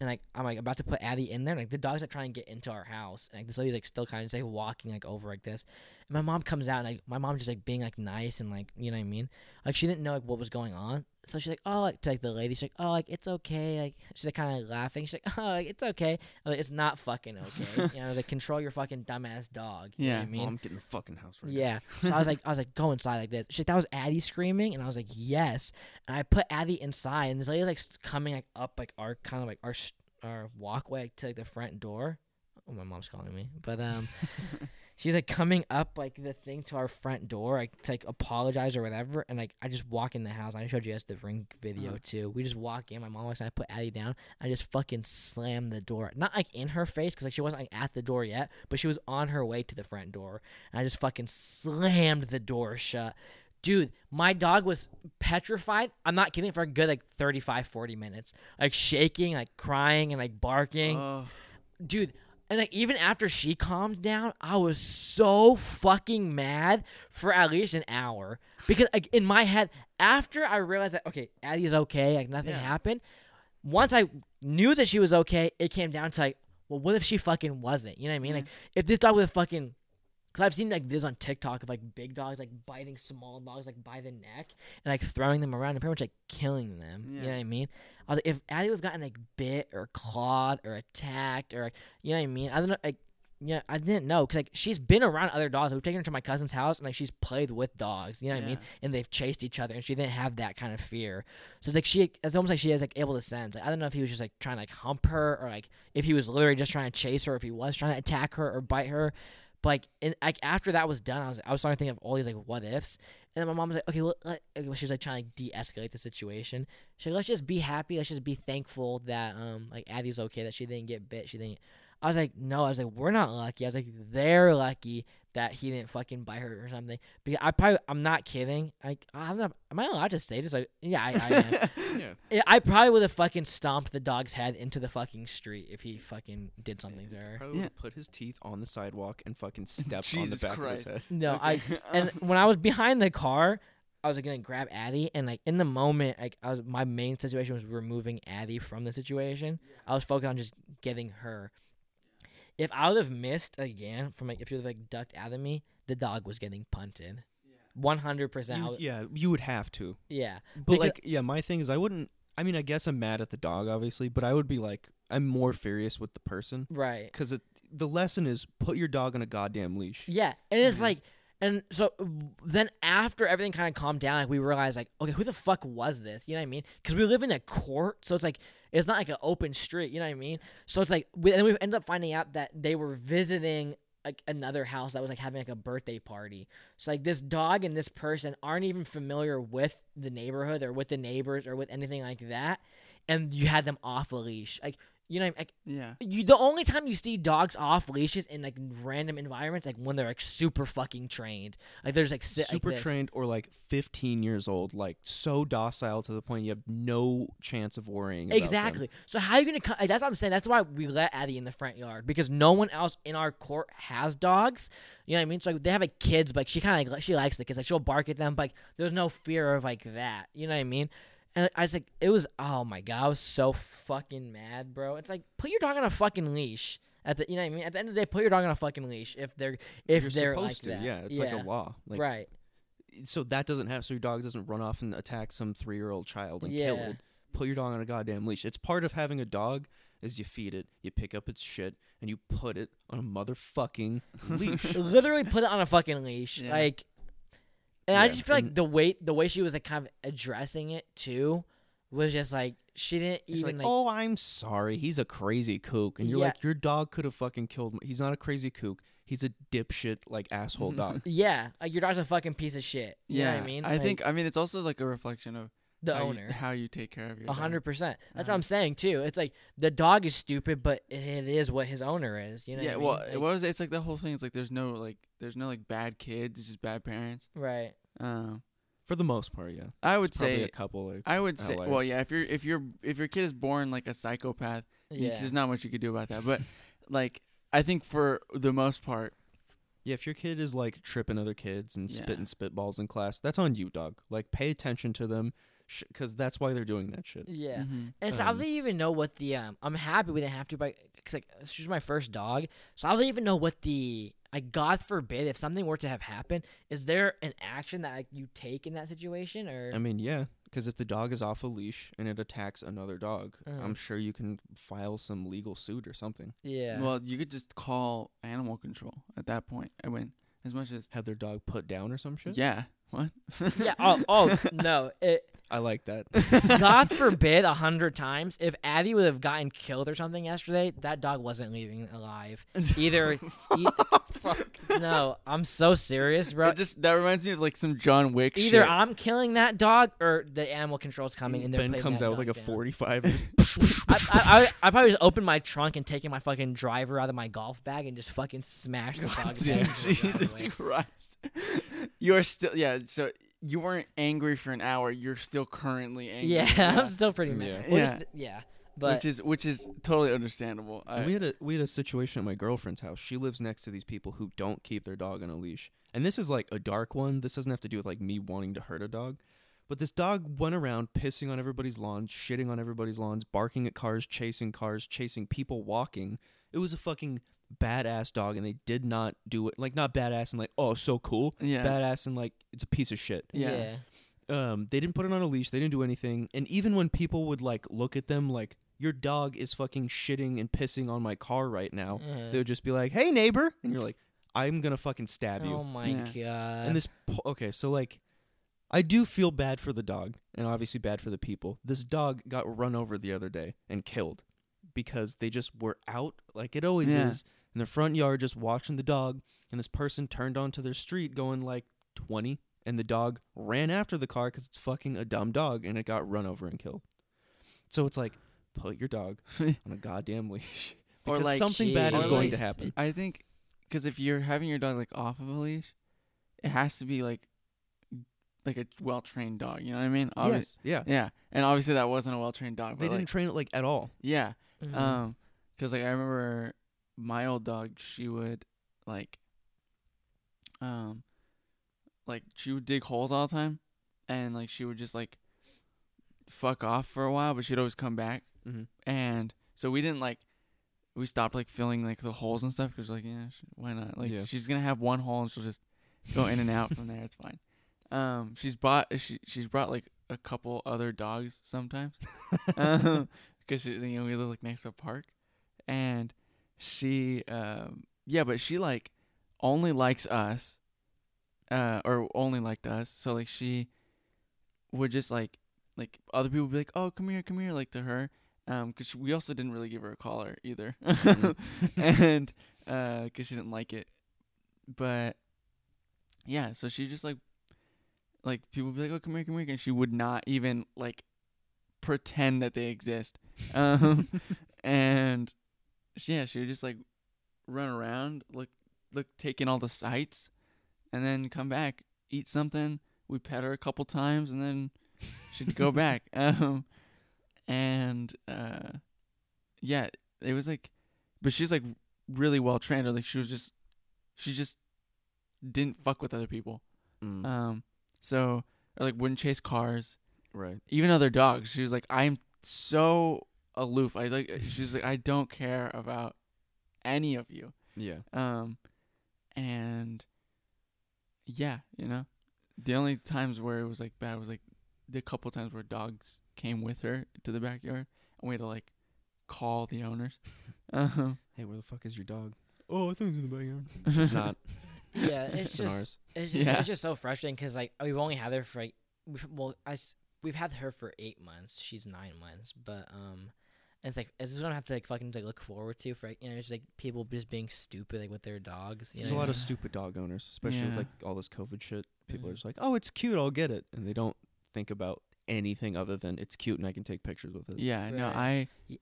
Speaker 1: and like I'm like about to put Abby in there, and, like the dog's like trying to get into our house, and like this lady's like still kind of just like walking like over like this, and my mom comes out, and like my mom just like being like nice and like you know what I mean, like she didn't know like what was going on, so she's like oh like to like the lady, she's like oh like it's okay, like she's like kind of like, laughing, she's like oh like, it's okay, I'm like it's not fucking okay, and I was like control your fucking dumbass dog, you know
Speaker 2: Yeah,
Speaker 1: what I mean?
Speaker 3: Oh, I'm getting the fucking house right
Speaker 1: Yeah. So I was like, I was like, go inside like this. Shit, that was Addie screaming, and I was like, yes. And I put Addie inside, and this lady was like s- coming like up like our kind of like our s- our walkway like, to like the front door. Oh, my mom's calling me, but um, she's like coming up like the thing to our front door, like to like apologize or whatever. And like I just walk in the house. I showed you guys the ring video
Speaker 2: Uh-huh.
Speaker 1: too. We just walk in. My mom walks in. I put Addie down. I just fucking slammed the door, not like in her face, cause like she wasn't like at the door yet, but she was on her way to the front door. And I just fucking slammed the door shut. Dude, my dog was petrified. I'm not kidding for a good like 35, 40 minutes. Like shaking, like crying, and like barking.
Speaker 2: Oh,
Speaker 1: Dude, and like even after she calmed down, I was so fucking mad for at least an hour. Because like in my head, after I realized that okay, Addie's okay, like nothing
Speaker 2: Yeah.
Speaker 1: happened. Once I knew that she was okay, it came down to like, well, what if she fucking wasn't? You know what I
Speaker 2: Mm-hmm.
Speaker 1: mean? Like if this dog would have fucking Cause I've seen like videos on TikTok of like big dogs like biting small dogs like by the neck and like throwing them around and pretty much like killing them. You know
Speaker 2: Yeah.
Speaker 1: what I mean? I was like, if Addie would have gotten like bit or clawed or attacked or like, you know what I mean? I don't know. Like, yeah, I didn't know because like she's been around other dogs. We've taken her to my cousin's house and like she's played with dogs. You know what I mean? And they've chased each other and she didn't have that kind of fear. So it's like she, it's almost like she is like able to sense. Like I don't know if he was just like trying to like hump her or like if he was literally just trying to chase her, if he was trying to attack her or bite her. But like, and, like after that was done, I was I was starting to think of all these like what ifs. And then my mom was like, okay, well, let, okay, well, she's like trying to de-escalate the situation. She's like, let's just be happy. Let's just be thankful that um like Addie's okay, that she didn't get bit. She didn't. I was like, no. I was like, we're not lucky. I was like, they're lucky that he didn't fucking bite her or something. Because I probably, I'm not kidding. Like, I don't know. Am I allowed to say this? Like, yeah, I, I am.
Speaker 3: Yeah.
Speaker 1: Yeah, I probably would have fucking stomped the dog's head into the fucking street if he fucking did something to her.
Speaker 3: Probably
Speaker 2: Yeah.
Speaker 3: put his teeth on the sidewalk and fucking step on the
Speaker 2: Jesus
Speaker 3: back
Speaker 2: Christ.
Speaker 3: of his head.
Speaker 1: No, I
Speaker 2: Okay.
Speaker 1: and
Speaker 3: Uh-huh.
Speaker 1: when I was behind the car, I was gonna grab Addie, and like in the moment, like I was my main situation was removing Addie from the situation. I was focused on just getting her. If I would have missed again from like if you would have like ducked out of me, the dog was getting punted. One hundred
Speaker 3: You-
Speaker 1: percent.
Speaker 3: yeah, you would have to.
Speaker 1: Yeah,
Speaker 3: But
Speaker 1: Because-
Speaker 3: like, yeah, my thing is, I wouldn't. I mean, I guess I'm mad at the dog, obviously, but I would be like, I'm more furious with the person
Speaker 1: right.
Speaker 3: because the lesson is put your dog on a goddamn leash.
Speaker 1: Yeah, and it's like, and so w- then after everything kind of calmed down, like we realized, like, okay, who the fuck was this? You know what I mean? Because we live in a court, so it's like it's not like an open street. You know what I mean? So it's like, we, and we ended up finding out that they were visiting like another house that was like having like a birthday party. So like this dog and this person aren't even familiar with the neighborhood or with the neighbors or with anything like that, and you had them off a leash, like. You know, what I mean? like
Speaker 2: yeah.
Speaker 1: you, the only time you see dogs off leashes in like random environments, like when they're like super fucking trained, like there's like sit
Speaker 3: Super
Speaker 1: like this.
Speaker 3: trained or like 15 years old, like so docile to the point you have no chance of worrying. about them.
Speaker 1: Exactly. So how are you gonna? co- That's what I'm saying. That's why we let Addie in the front yard because no one else in our court has dogs. You know what I mean? So like, they have like kids, but like, she kind of like she likes the kids. Like she'll bark at them, but like, there's no fear of like that. You know what I mean? And I was like, it was oh my god, I was so fucking mad, bro. It's like put your dog on a fucking leash. At the you know what I mean? At the end of the day, put your dog on a fucking leash if they're if
Speaker 3: You're
Speaker 1: they're
Speaker 3: supposed
Speaker 1: like
Speaker 3: to.
Speaker 1: that.
Speaker 3: Yeah, it's like a law. Like,
Speaker 1: right.
Speaker 3: So that doesn't happen. So your dog doesn't run off and attack some three year old child and kill
Speaker 1: Yeah.
Speaker 3: it. Put your dog on a goddamn leash. It's part of having a dog is you feed it, you pick up its shit, and you put it on a motherfucking leash.
Speaker 1: literally put it on a fucking leash.
Speaker 2: Yeah.
Speaker 1: Like, and I
Speaker 3: Yeah,
Speaker 1: just feel like
Speaker 3: and-
Speaker 1: the weight, the way she was like kind of addressing it too, was just like she didn't
Speaker 3: It's
Speaker 1: even like.
Speaker 3: like, oh, I'm sorry. He's a crazy kook. And you're
Speaker 1: Yeah.
Speaker 3: like, your dog could have fucking killed him. He's not a crazy kook. He's a dipshit, like, asshole dog.
Speaker 1: Yeah, like your dog's a fucking piece of shit. You know what I mean?
Speaker 2: I
Speaker 1: Like,
Speaker 2: think I mean it's also like a reflection of
Speaker 1: the
Speaker 2: how
Speaker 1: owner.
Speaker 2: you, how you take care of your
Speaker 1: A
Speaker 2: dog.
Speaker 1: hundred percent. That's what
Speaker 2: Uh-huh.
Speaker 1: I'm saying too. It's like the dog is stupid, but it is what his owner is. You know?
Speaker 2: yeah, well,
Speaker 1: what I mean?
Speaker 2: it
Speaker 1: Like,
Speaker 2: was it's like the whole thing. It's like there's no like there's no like bad kids. It's just bad parents.
Speaker 1: right.
Speaker 2: Um,
Speaker 3: For the most part, yeah.
Speaker 2: I would
Speaker 3: Probably a
Speaker 2: say.
Speaker 3: couple. Like,
Speaker 2: I would say. Well,
Speaker 3: outliers.
Speaker 2: yeah. If you're if you're if your kid is born like a psychopath, you-
Speaker 1: Yeah.
Speaker 2: there's not much you could do about that. But like, I think for the most part,
Speaker 3: yeah, if your kid is like tripping other kids and
Speaker 2: Yeah.
Speaker 3: spitting spitballs in class, that's on you, dog. Like, pay attention to them, because that's why they're doing that shit.
Speaker 1: Yeah.
Speaker 2: mhm.
Speaker 1: And so I
Speaker 3: Um,
Speaker 1: don't even know what the um. I'm happy we didn't have to, but because like she's my first dog, so I don't even know what the like. God forbid if something were to have happened, is there an action that like, you take in that situation or?
Speaker 3: I mean, yeah, because if the dog is off a leash and it attacks another dog,
Speaker 1: Uh-huh.
Speaker 3: I'm sure you can file some legal suit or something.
Speaker 1: yeah.
Speaker 2: Well, you could just call animal control at that point. I mean, as much as
Speaker 3: Have their dog put down or some shit.
Speaker 2: yeah. What?
Speaker 1: yeah. Oh, oh no. It,
Speaker 3: I like that.
Speaker 1: God forbid a hundred times if Addie would have gotten killed or something yesterday, that dog wasn't leaving alive. Either. e- No, I'm so serious, bro.
Speaker 2: It just that reminds me of like some John Wick
Speaker 1: Either
Speaker 2: shit.
Speaker 1: I'm killing that dog or the animal control's coming and they're
Speaker 3: ben
Speaker 1: putting
Speaker 3: comes
Speaker 1: that
Speaker 3: out with
Speaker 1: dog
Speaker 3: like a
Speaker 1: down.
Speaker 3: 45.
Speaker 1: I, I, I, I probably just open my trunk and taking my fucking driver out of my golf bag and just fucking smash the dog.
Speaker 2: Dude,
Speaker 1: back into the
Speaker 2: Jesus
Speaker 1: driveway.
Speaker 2: Christ. You're still yeah, so you weren't angry for an hour, you're still currently angry.
Speaker 1: Yeah, I'm still pretty mad.
Speaker 3: Yeah.
Speaker 1: Yeah, well, just,
Speaker 2: Yeah.
Speaker 1: yeah. but
Speaker 2: which is which is totally understandable. I,
Speaker 3: we had a we had a situation at my girlfriend's house. She lives next to these people who don't keep their dog on a leash. And this is like a dark one. This doesn't have to do with like me wanting to hurt a dog. But this dog went around pissing on everybody's lawns, shitting on everybody's lawns, barking at cars, chasing cars, chasing people walking. It was a fucking badass dog and they did not do it like not badass and like oh so cool.
Speaker 2: yeah.
Speaker 3: Badass and like it's a piece of shit
Speaker 1: yeah.
Speaker 2: yeah.
Speaker 3: um, they didn't put it on a leash. They didn't do anything. And even when people would like look at them, like your dog is fucking shitting and pissing on my car right now,
Speaker 1: Uh,
Speaker 3: they would just be like, "Hey neighbor," and you're like, "I'm gonna fucking stab
Speaker 1: oh
Speaker 3: you."
Speaker 1: my
Speaker 2: Uh,
Speaker 1: god.
Speaker 3: And this, po- okay, so like, I do feel bad for the dog, and obviously bad for the people. This dog got run over the other day and killed because they just were out, like it always
Speaker 2: Yeah.
Speaker 3: is, in the front yard just watching the dog. And this person turned onto their street going like twenty, and the dog ran after the car because it's fucking a dumb dog, and it got run over and killed. So it's like, put your dog on a goddamn leash.
Speaker 2: Or,
Speaker 3: Because
Speaker 2: like,
Speaker 3: something bad is
Speaker 2: or,
Speaker 3: going
Speaker 2: like,
Speaker 3: to happen.
Speaker 2: I think cuz if you're having your dog like off of a leash, it has to be like like a well-trained dog, you know what I mean? Obvi-
Speaker 3: Yes, yeah.
Speaker 2: Yeah. And obviously that wasn't a well-trained dog,
Speaker 3: They
Speaker 2: but
Speaker 3: didn't
Speaker 2: like,
Speaker 3: train it like at all.
Speaker 2: yeah.
Speaker 1: Mhm.
Speaker 2: Um, because like I remember my old dog, she would like, um, like she would dig holes all the time, and like she would just like fuck off for a while, but she'd always come back,
Speaker 3: Mhm.
Speaker 2: and so we didn't like. We stopped like filling like the holes and stuff because like yeah sh- why not like
Speaker 3: Yeah.
Speaker 2: she's gonna have one hole and she'll just go in and out from there it's fine. Um, she's bought she she's brought like a couple other dogs sometimes because you know we live like next to a park, and she um yeah, but she like only likes us, uh, or only liked us. So like she would just like like other people would be like, oh come here, come here, like to her, um, because we also didn't really give her a collar either, and uh, because she didn't like it, but yeah, so she just like like people would be like, oh come here, come here, and she would not even like pretend that they exist. Um, and she- yeah, she would just like run around, look, look, take in all the sights, and then come back, eat something. We pet her a couple times, and then she'd go back. Um, and uh, yeah, it was like, but she's like really well trained. Or like she was just, she just didn't fuck with other people.
Speaker 3: Mm,
Speaker 2: Um, so or like wouldn't chase cars
Speaker 3: right.
Speaker 2: even other dogs. She was like, I'm so aloof. I like. uh, She was like, I don't care about any of you.
Speaker 3: Yeah.
Speaker 2: Um, and yeah, you know, the only times where it was like bad was like the couple times where dogs came with her to the backyard, and we had to like call the owners. Um,
Speaker 3: Hey, where the fuck is your dog? Oh, I think it's in the backyard. It's not.
Speaker 1: yeah, it's
Speaker 3: it's in
Speaker 1: just
Speaker 3: ours.
Speaker 1: It's just,
Speaker 2: Yeah.
Speaker 1: it's just so frustrating because like we've only had her for like we've, well I s- we've had her for eight months. She's nine months, but um, it's like it's just what I have to like fucking like look forward to for like, you know just like people just being stupid like with their dogs. You
Speaker 3: There's
Speaker 1: know?
Speaker 3: a lot of
Speaker 2: Yeah.
Speaker 3: stupid dog owners, especially with
Speaker 2: Yeah.
Speaker 3: like all this COVID shit. People are
Speaker 1: Mhm.
Speaker 3: just like, "Oh, it's cute. I'll get it," and they don't think about anything other than it's cute and I can take pictures with it.
Speaker 2: yeah, no, I.
Speaker 1: Right. Y-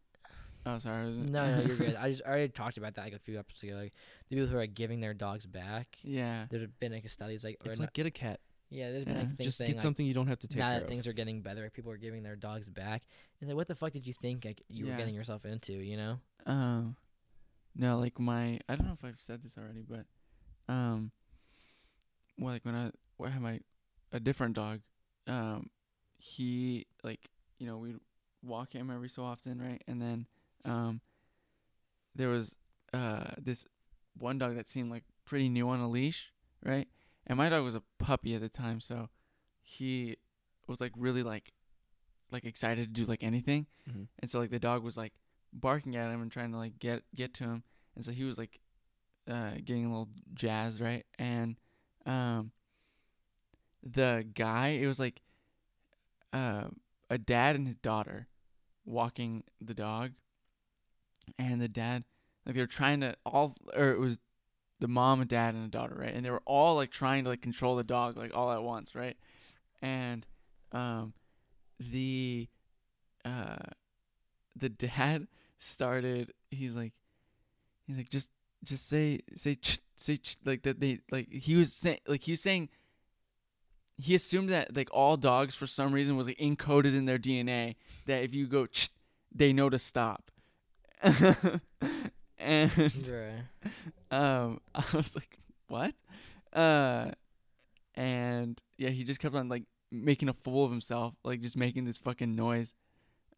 Speaker 2: Oh, sorry.
Speaker 1: No, no, you're good. I just I already talked about that like a few episodes ago. Like the people who are giving their dogs back.
Speaker 2: yeah.
Speaker 1: There's been like a study. It's like or
Speaker 3: It's
Speaker 1: no-
Speaker 3: like get a cat.
Speaker 1: Yeah, there's been like
Speaker 2: Yeah,
Speaker 1: things
Speaker 3: Just
Speaker 1: saying,
Speaker 3: get
Speaker 1: like,
Speaker 3: something you don't have to take
Speaker 1: now
Speaker 3: care
Speaker 1: that
Speaker 3: of.
Speaker 1: things are getting better, like, people are giving their dogs back. It's like, what the fuck did you think like you
Speaker 2: Yeah.
Speaker 1: were getting yourself into? You know?
Speaker 2: Um, no, like my I don't know if I've said this already, but um, well, like when I when I had my a different dog, um, he like you know we'd walk him every so often, right? And then um, there was uh this one dog that seemed like pretty new on a leash, right? And my dog was a puppy at the time, so he was like really like like excited to do like anything
Speaker 3: Mhm.
Speaker 2: and so like the dog was like barking at him and trying to like get get to him and so he was like uh getting a little jazzed right and um the guy it was like uh a dad and his daughter walking the dog and the dad like they were trying to all or it was the mom and dad and the daughter right and they were all like trying to like control the dog like all at once right and um the uh the dad started he's like he's like just just say say ch- say ch-, like that they like he was saying like he was saying he assumed that like all dogs for some reason was like encoded in their DNA that if you go ch- they know to stop and
Speaker 1: Bruh.
Speaker 2: um I was like what uh and yeah he just kept on like making a fool of himself like just making this fucking noise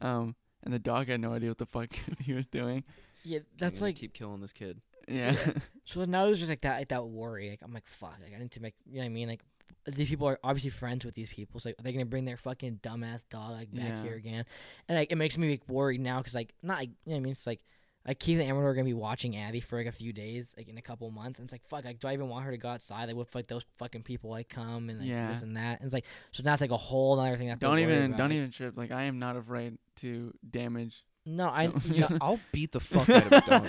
Speaker 2: um and the dog had no idea what the fuck he was doing
Speaker 1: Yeah,
Speaker 3: I'm
Speaker 1: that's
Speaker 3: gonna
Speaker 1: like
Speaker 3: keep killing this kid.
Speaker 2: yeah
Speaker 1: So now there's just like that, like that worry. Like I'm like, fuck. Like I need to make. You know what I mean? Like these people are obviously friends with these people. So like, are they gonna bring their fucking dumbass dog like back
Speaker 2: Yeah.
Speaker 1: here again? And like it makes me like worried now because like not like you know what I mean. It's like like Keith and Amber are gonna be watching Abby for like a few days, like in a couple months. And it's like fuck. Like do I even want her to go outside? Like what if like those fucking people like come and like
Speaker 2: Yeah.
Speaker 1: this and that? And it's like so now it's like a whole other thing. I have to
Speaker 2: don't
Speaker 1: worry
Speaker 2: even
Speaker 1: about.
Speaker 2: don't
Speaker 1: Like,
Speaker 2: even trip like i am not afraid to damage
Speaker 1: No, I.
Speaker 2: So-
Speaker 1: you know,
Speaker 3: I'll beat the fuck out of a dog,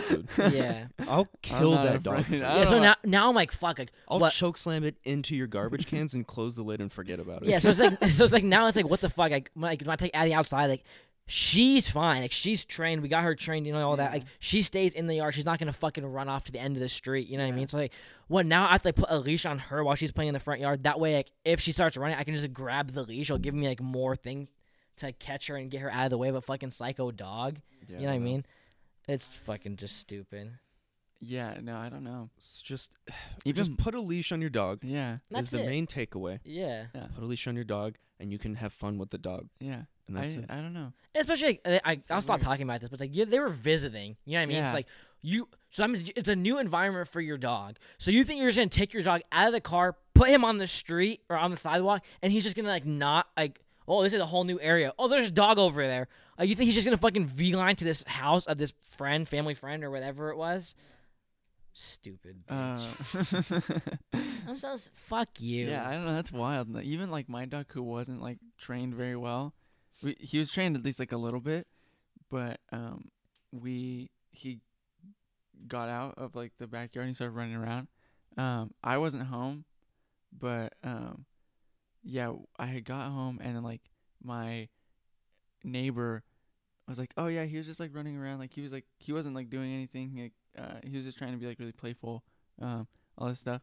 Speaker 3: dude.
Speaker 1: yeah.
Speaker 3: I'll kill
Speaker 2: not
Speaker 3: that dog.
Speaker 2: afraid.
Speaker 3: for
Speaker 2: I
Speaker 1: Yeah.
Speaker 3: you.
Speaker 2: don't
Speaker 1: So
Speaker 2: know.
Speaker 1: now now I'm like fuck. Like
Speaker 3: I'll
Speaker 1: what-
Speaker 3: choke slam it into your garbage cans and close the lid and forget about it.
Speaker 1: Yeah, so it's like so it's like now it's like what the fuck? Like when, like when I take Addie outside, like she's fine, like she's trained. We got her trained, you know all that.
Speaker 2: Yeah.
Speaker 1: Like she stays in the yard. She's not gonna fucking run off to the end of the street. You know what I
Speaker 2: Yeah.
Speaker 1: mean? It's like what now? I have to like, put a leash on her while she's playing in the front yard. That way, like if she starts running, I can just grab the leash. It'll give me like more thing to catch her and get her out of the way of a fucking psycho dog.
Speaker 3: Yeah,
Speaker 1: you know what I
Speaker 3: no.
Speaker 1: mean? It's fucking just stupid.
Speaker 2: yeah no i don't know
Speaker 3: It's just
Speaker 2: even
Speaker 3: just put a leash on your dog
Speaker 2: yeah
Speaker 1: That's
Speaker 3: is the
Speaker 1: it.
Speaker 3: main takeaway.
Speaker 1: yeah.
Speaker 3: Put a leash on your dog and you can have fun with the dog.
Speaker 2: yeah
Speaker 3: And
Speaker 2: I,
Speaker 3: that's it.
Speaker 2: I don't know
Speaker 1: especially like, I, I,
Speaker 2: So
Speaker 1: I'll stop
Speaker 2: weird.
Speaker 1: talking about this, but it's like yeah, they were visiting. You know what I mean?
Speaker 2: Yeah.
Speaker 1: It's like you. So I'm, it's a new environment for your dog. So you think you're just gonna take your dog out of the car, put him on the street or on the sidewalk, and he's just gonna like not like. Oh, this is a whole new area. Oh, there's a dog over there. Uh, you think he's just gonna fucking V-line to this house of this friend, family friend, or whatever it was? Stupid. Bitch.
Speaker 2: uh
Speaker 1: I'm so s- fuck you.
Speaker 2: Yeah, I don't know. That's wild. Like, Even like my dog, who wasn't like trained very well, we, he was trained at least like a little bit, but um, we he got out of like the backyard and he started running around. Um, I wasn't home, but um, yeah, I had got home and then like my neighbor was like, "Oh yeah, he was just like running around. Like he was like he wasn't like doing anything. Like uh, he was just trying to be like really playful. Um, all this stuff."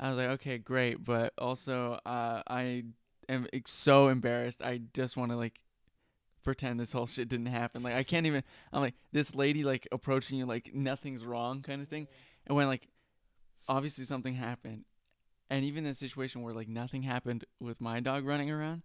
Speaker 2: I was like, okay, great, but also uh, I am ex- so embarrassed. I just want to like pretend this whole shit didn't happen. Like I can't even. I'm like this lady like approaching you like nothing's wrong kind of thing, and when like obviously something happened, and even in a situation where like nothing happened with my dog running around,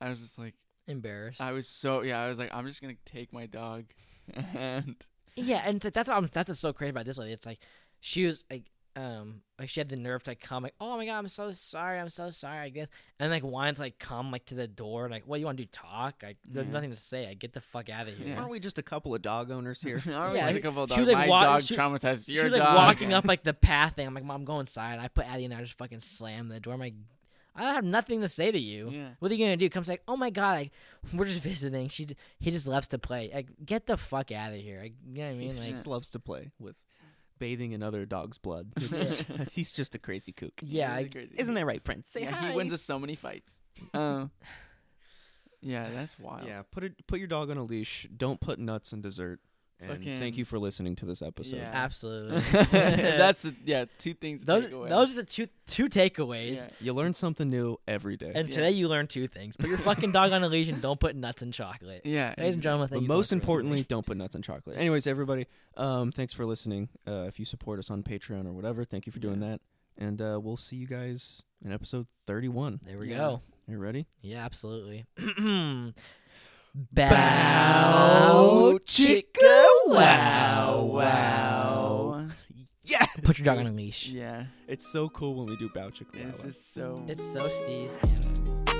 Speaker 2: I was just like,
Speaker 1: Embarrassed.
Speaker 2: I was so yeah. I was like, I'm just gonna take my dog, and
Speaker 1: Yeah, and it's like, that's what I'm, that's what's so crazy about this lady. It's like she was like, um, like she had the nerve to like, come like, oh my god, I'm so sorry, I'm so sorry, I guess, and like wanted to like come like to the door, like, what you want to do, talk? Like, there's
Speaker 2: Yeah.
Speaker 1: nothing to say. Like, get the fuck out of here.
Speaker 2: Yeah.
Speaker 1: Yeah.
Speaker 3: Aren't we just a couple of dog owners here?
Speaker 2: I was
Speaker 1: Yeah,
Speaker 2: like, "Oh, well,
Speaker 1: she
Speaker 2: dog,
Speaker 1: was, like,
Speaker 2: my
Speaker 1: wa-
Speaker 2: dog
Speaker 1: she-
Speaker 2: traumatized
Speaker 1: She
Speaker 2: your
Speaker 1: was like
Speaker 2: dog.
Speaker 1: walking up like the path thing. I'm like, mom, go inside. I put Addie in there. I just fucking slam the door. I'm like, I have nothing to say to you.
Speaker 2: Yeah.
Speaker 1: What are you gonna do? Comes like, oh my god, like we're just visiting. She d- he just loves to play. Like, get the fuck out of here. Like, you know what I mean?
Speaker 3: he
Speaker 1: Like,
Speaker 3: just loves to play with bathing in other dog's blood.
Speaker 2: It's-
Speaker 3: he's just a crazy kook.
Speaker 1: yeah,
Speaker 2: Really
Speaker 1: I,
Speaker 2: crazy.
Speaker 3: Isn't that right, Prince? Say
Speaker 2: yeah,
Speaker 3: hi.
Speaker 2: he wins us so many fights.
Speaker 1: Oh.
Speaker 2: Um, yeah, that's wild.
Speaker 3: Yeah, put it, put your dog on a leash. Don't put nuts in dessert. And thank you for listening to this episode.
Speaker 2: Yeah.
Speaker 1: Absolutely.
Speaker 2: That's the, yeah, two things. to
Speaker 1: those.
Speaker 2: take away.
Speaker 1: Those are the two two takeaways.
Speaker 2: Yeah.
Speaker 3: You learn something new every day.
Speaker 1: And
Speaker 2: Yeah.
Speaker 1: today you learned two things. Put your fucking dog on a leash and don't put nuts in chocolate.
Speaker 2: Yeah.
Speaker 1: Ladies and gentlemen, thank
Speaker 3: but
Speaker 1: you so
Speaker 3: most
Speaker 1: much for
Speaker 3: importantly,
Speaker 1: listening.
Speaker 3: don't put nuts in chocolate. Anyways, everybody, um, thanks for listening. Uh, if you support us on Patreon or whatever, thank you for doing that. And uh, we'll see you guys in episode 31.
Speaker 1: there we
Speaker 2: Yeah.
Speaker 1: go.
Speaker 3: You ready?
Speaker 1: Yeah, absolutely.
Speaker 2: Bow,
Speaker 1: Bow,
Speaker 2: chicka,
Speaker 1: wow,
Speaker 2: wow.
Speaker 3: Yeah.
Speaker 1: Put your dog on a leash.
Speaker 2: Yeah,
Speaker 3: It's so cool when we do bow chicka.
Speaker 2: it's just so.
Speaker 1: It's so steez.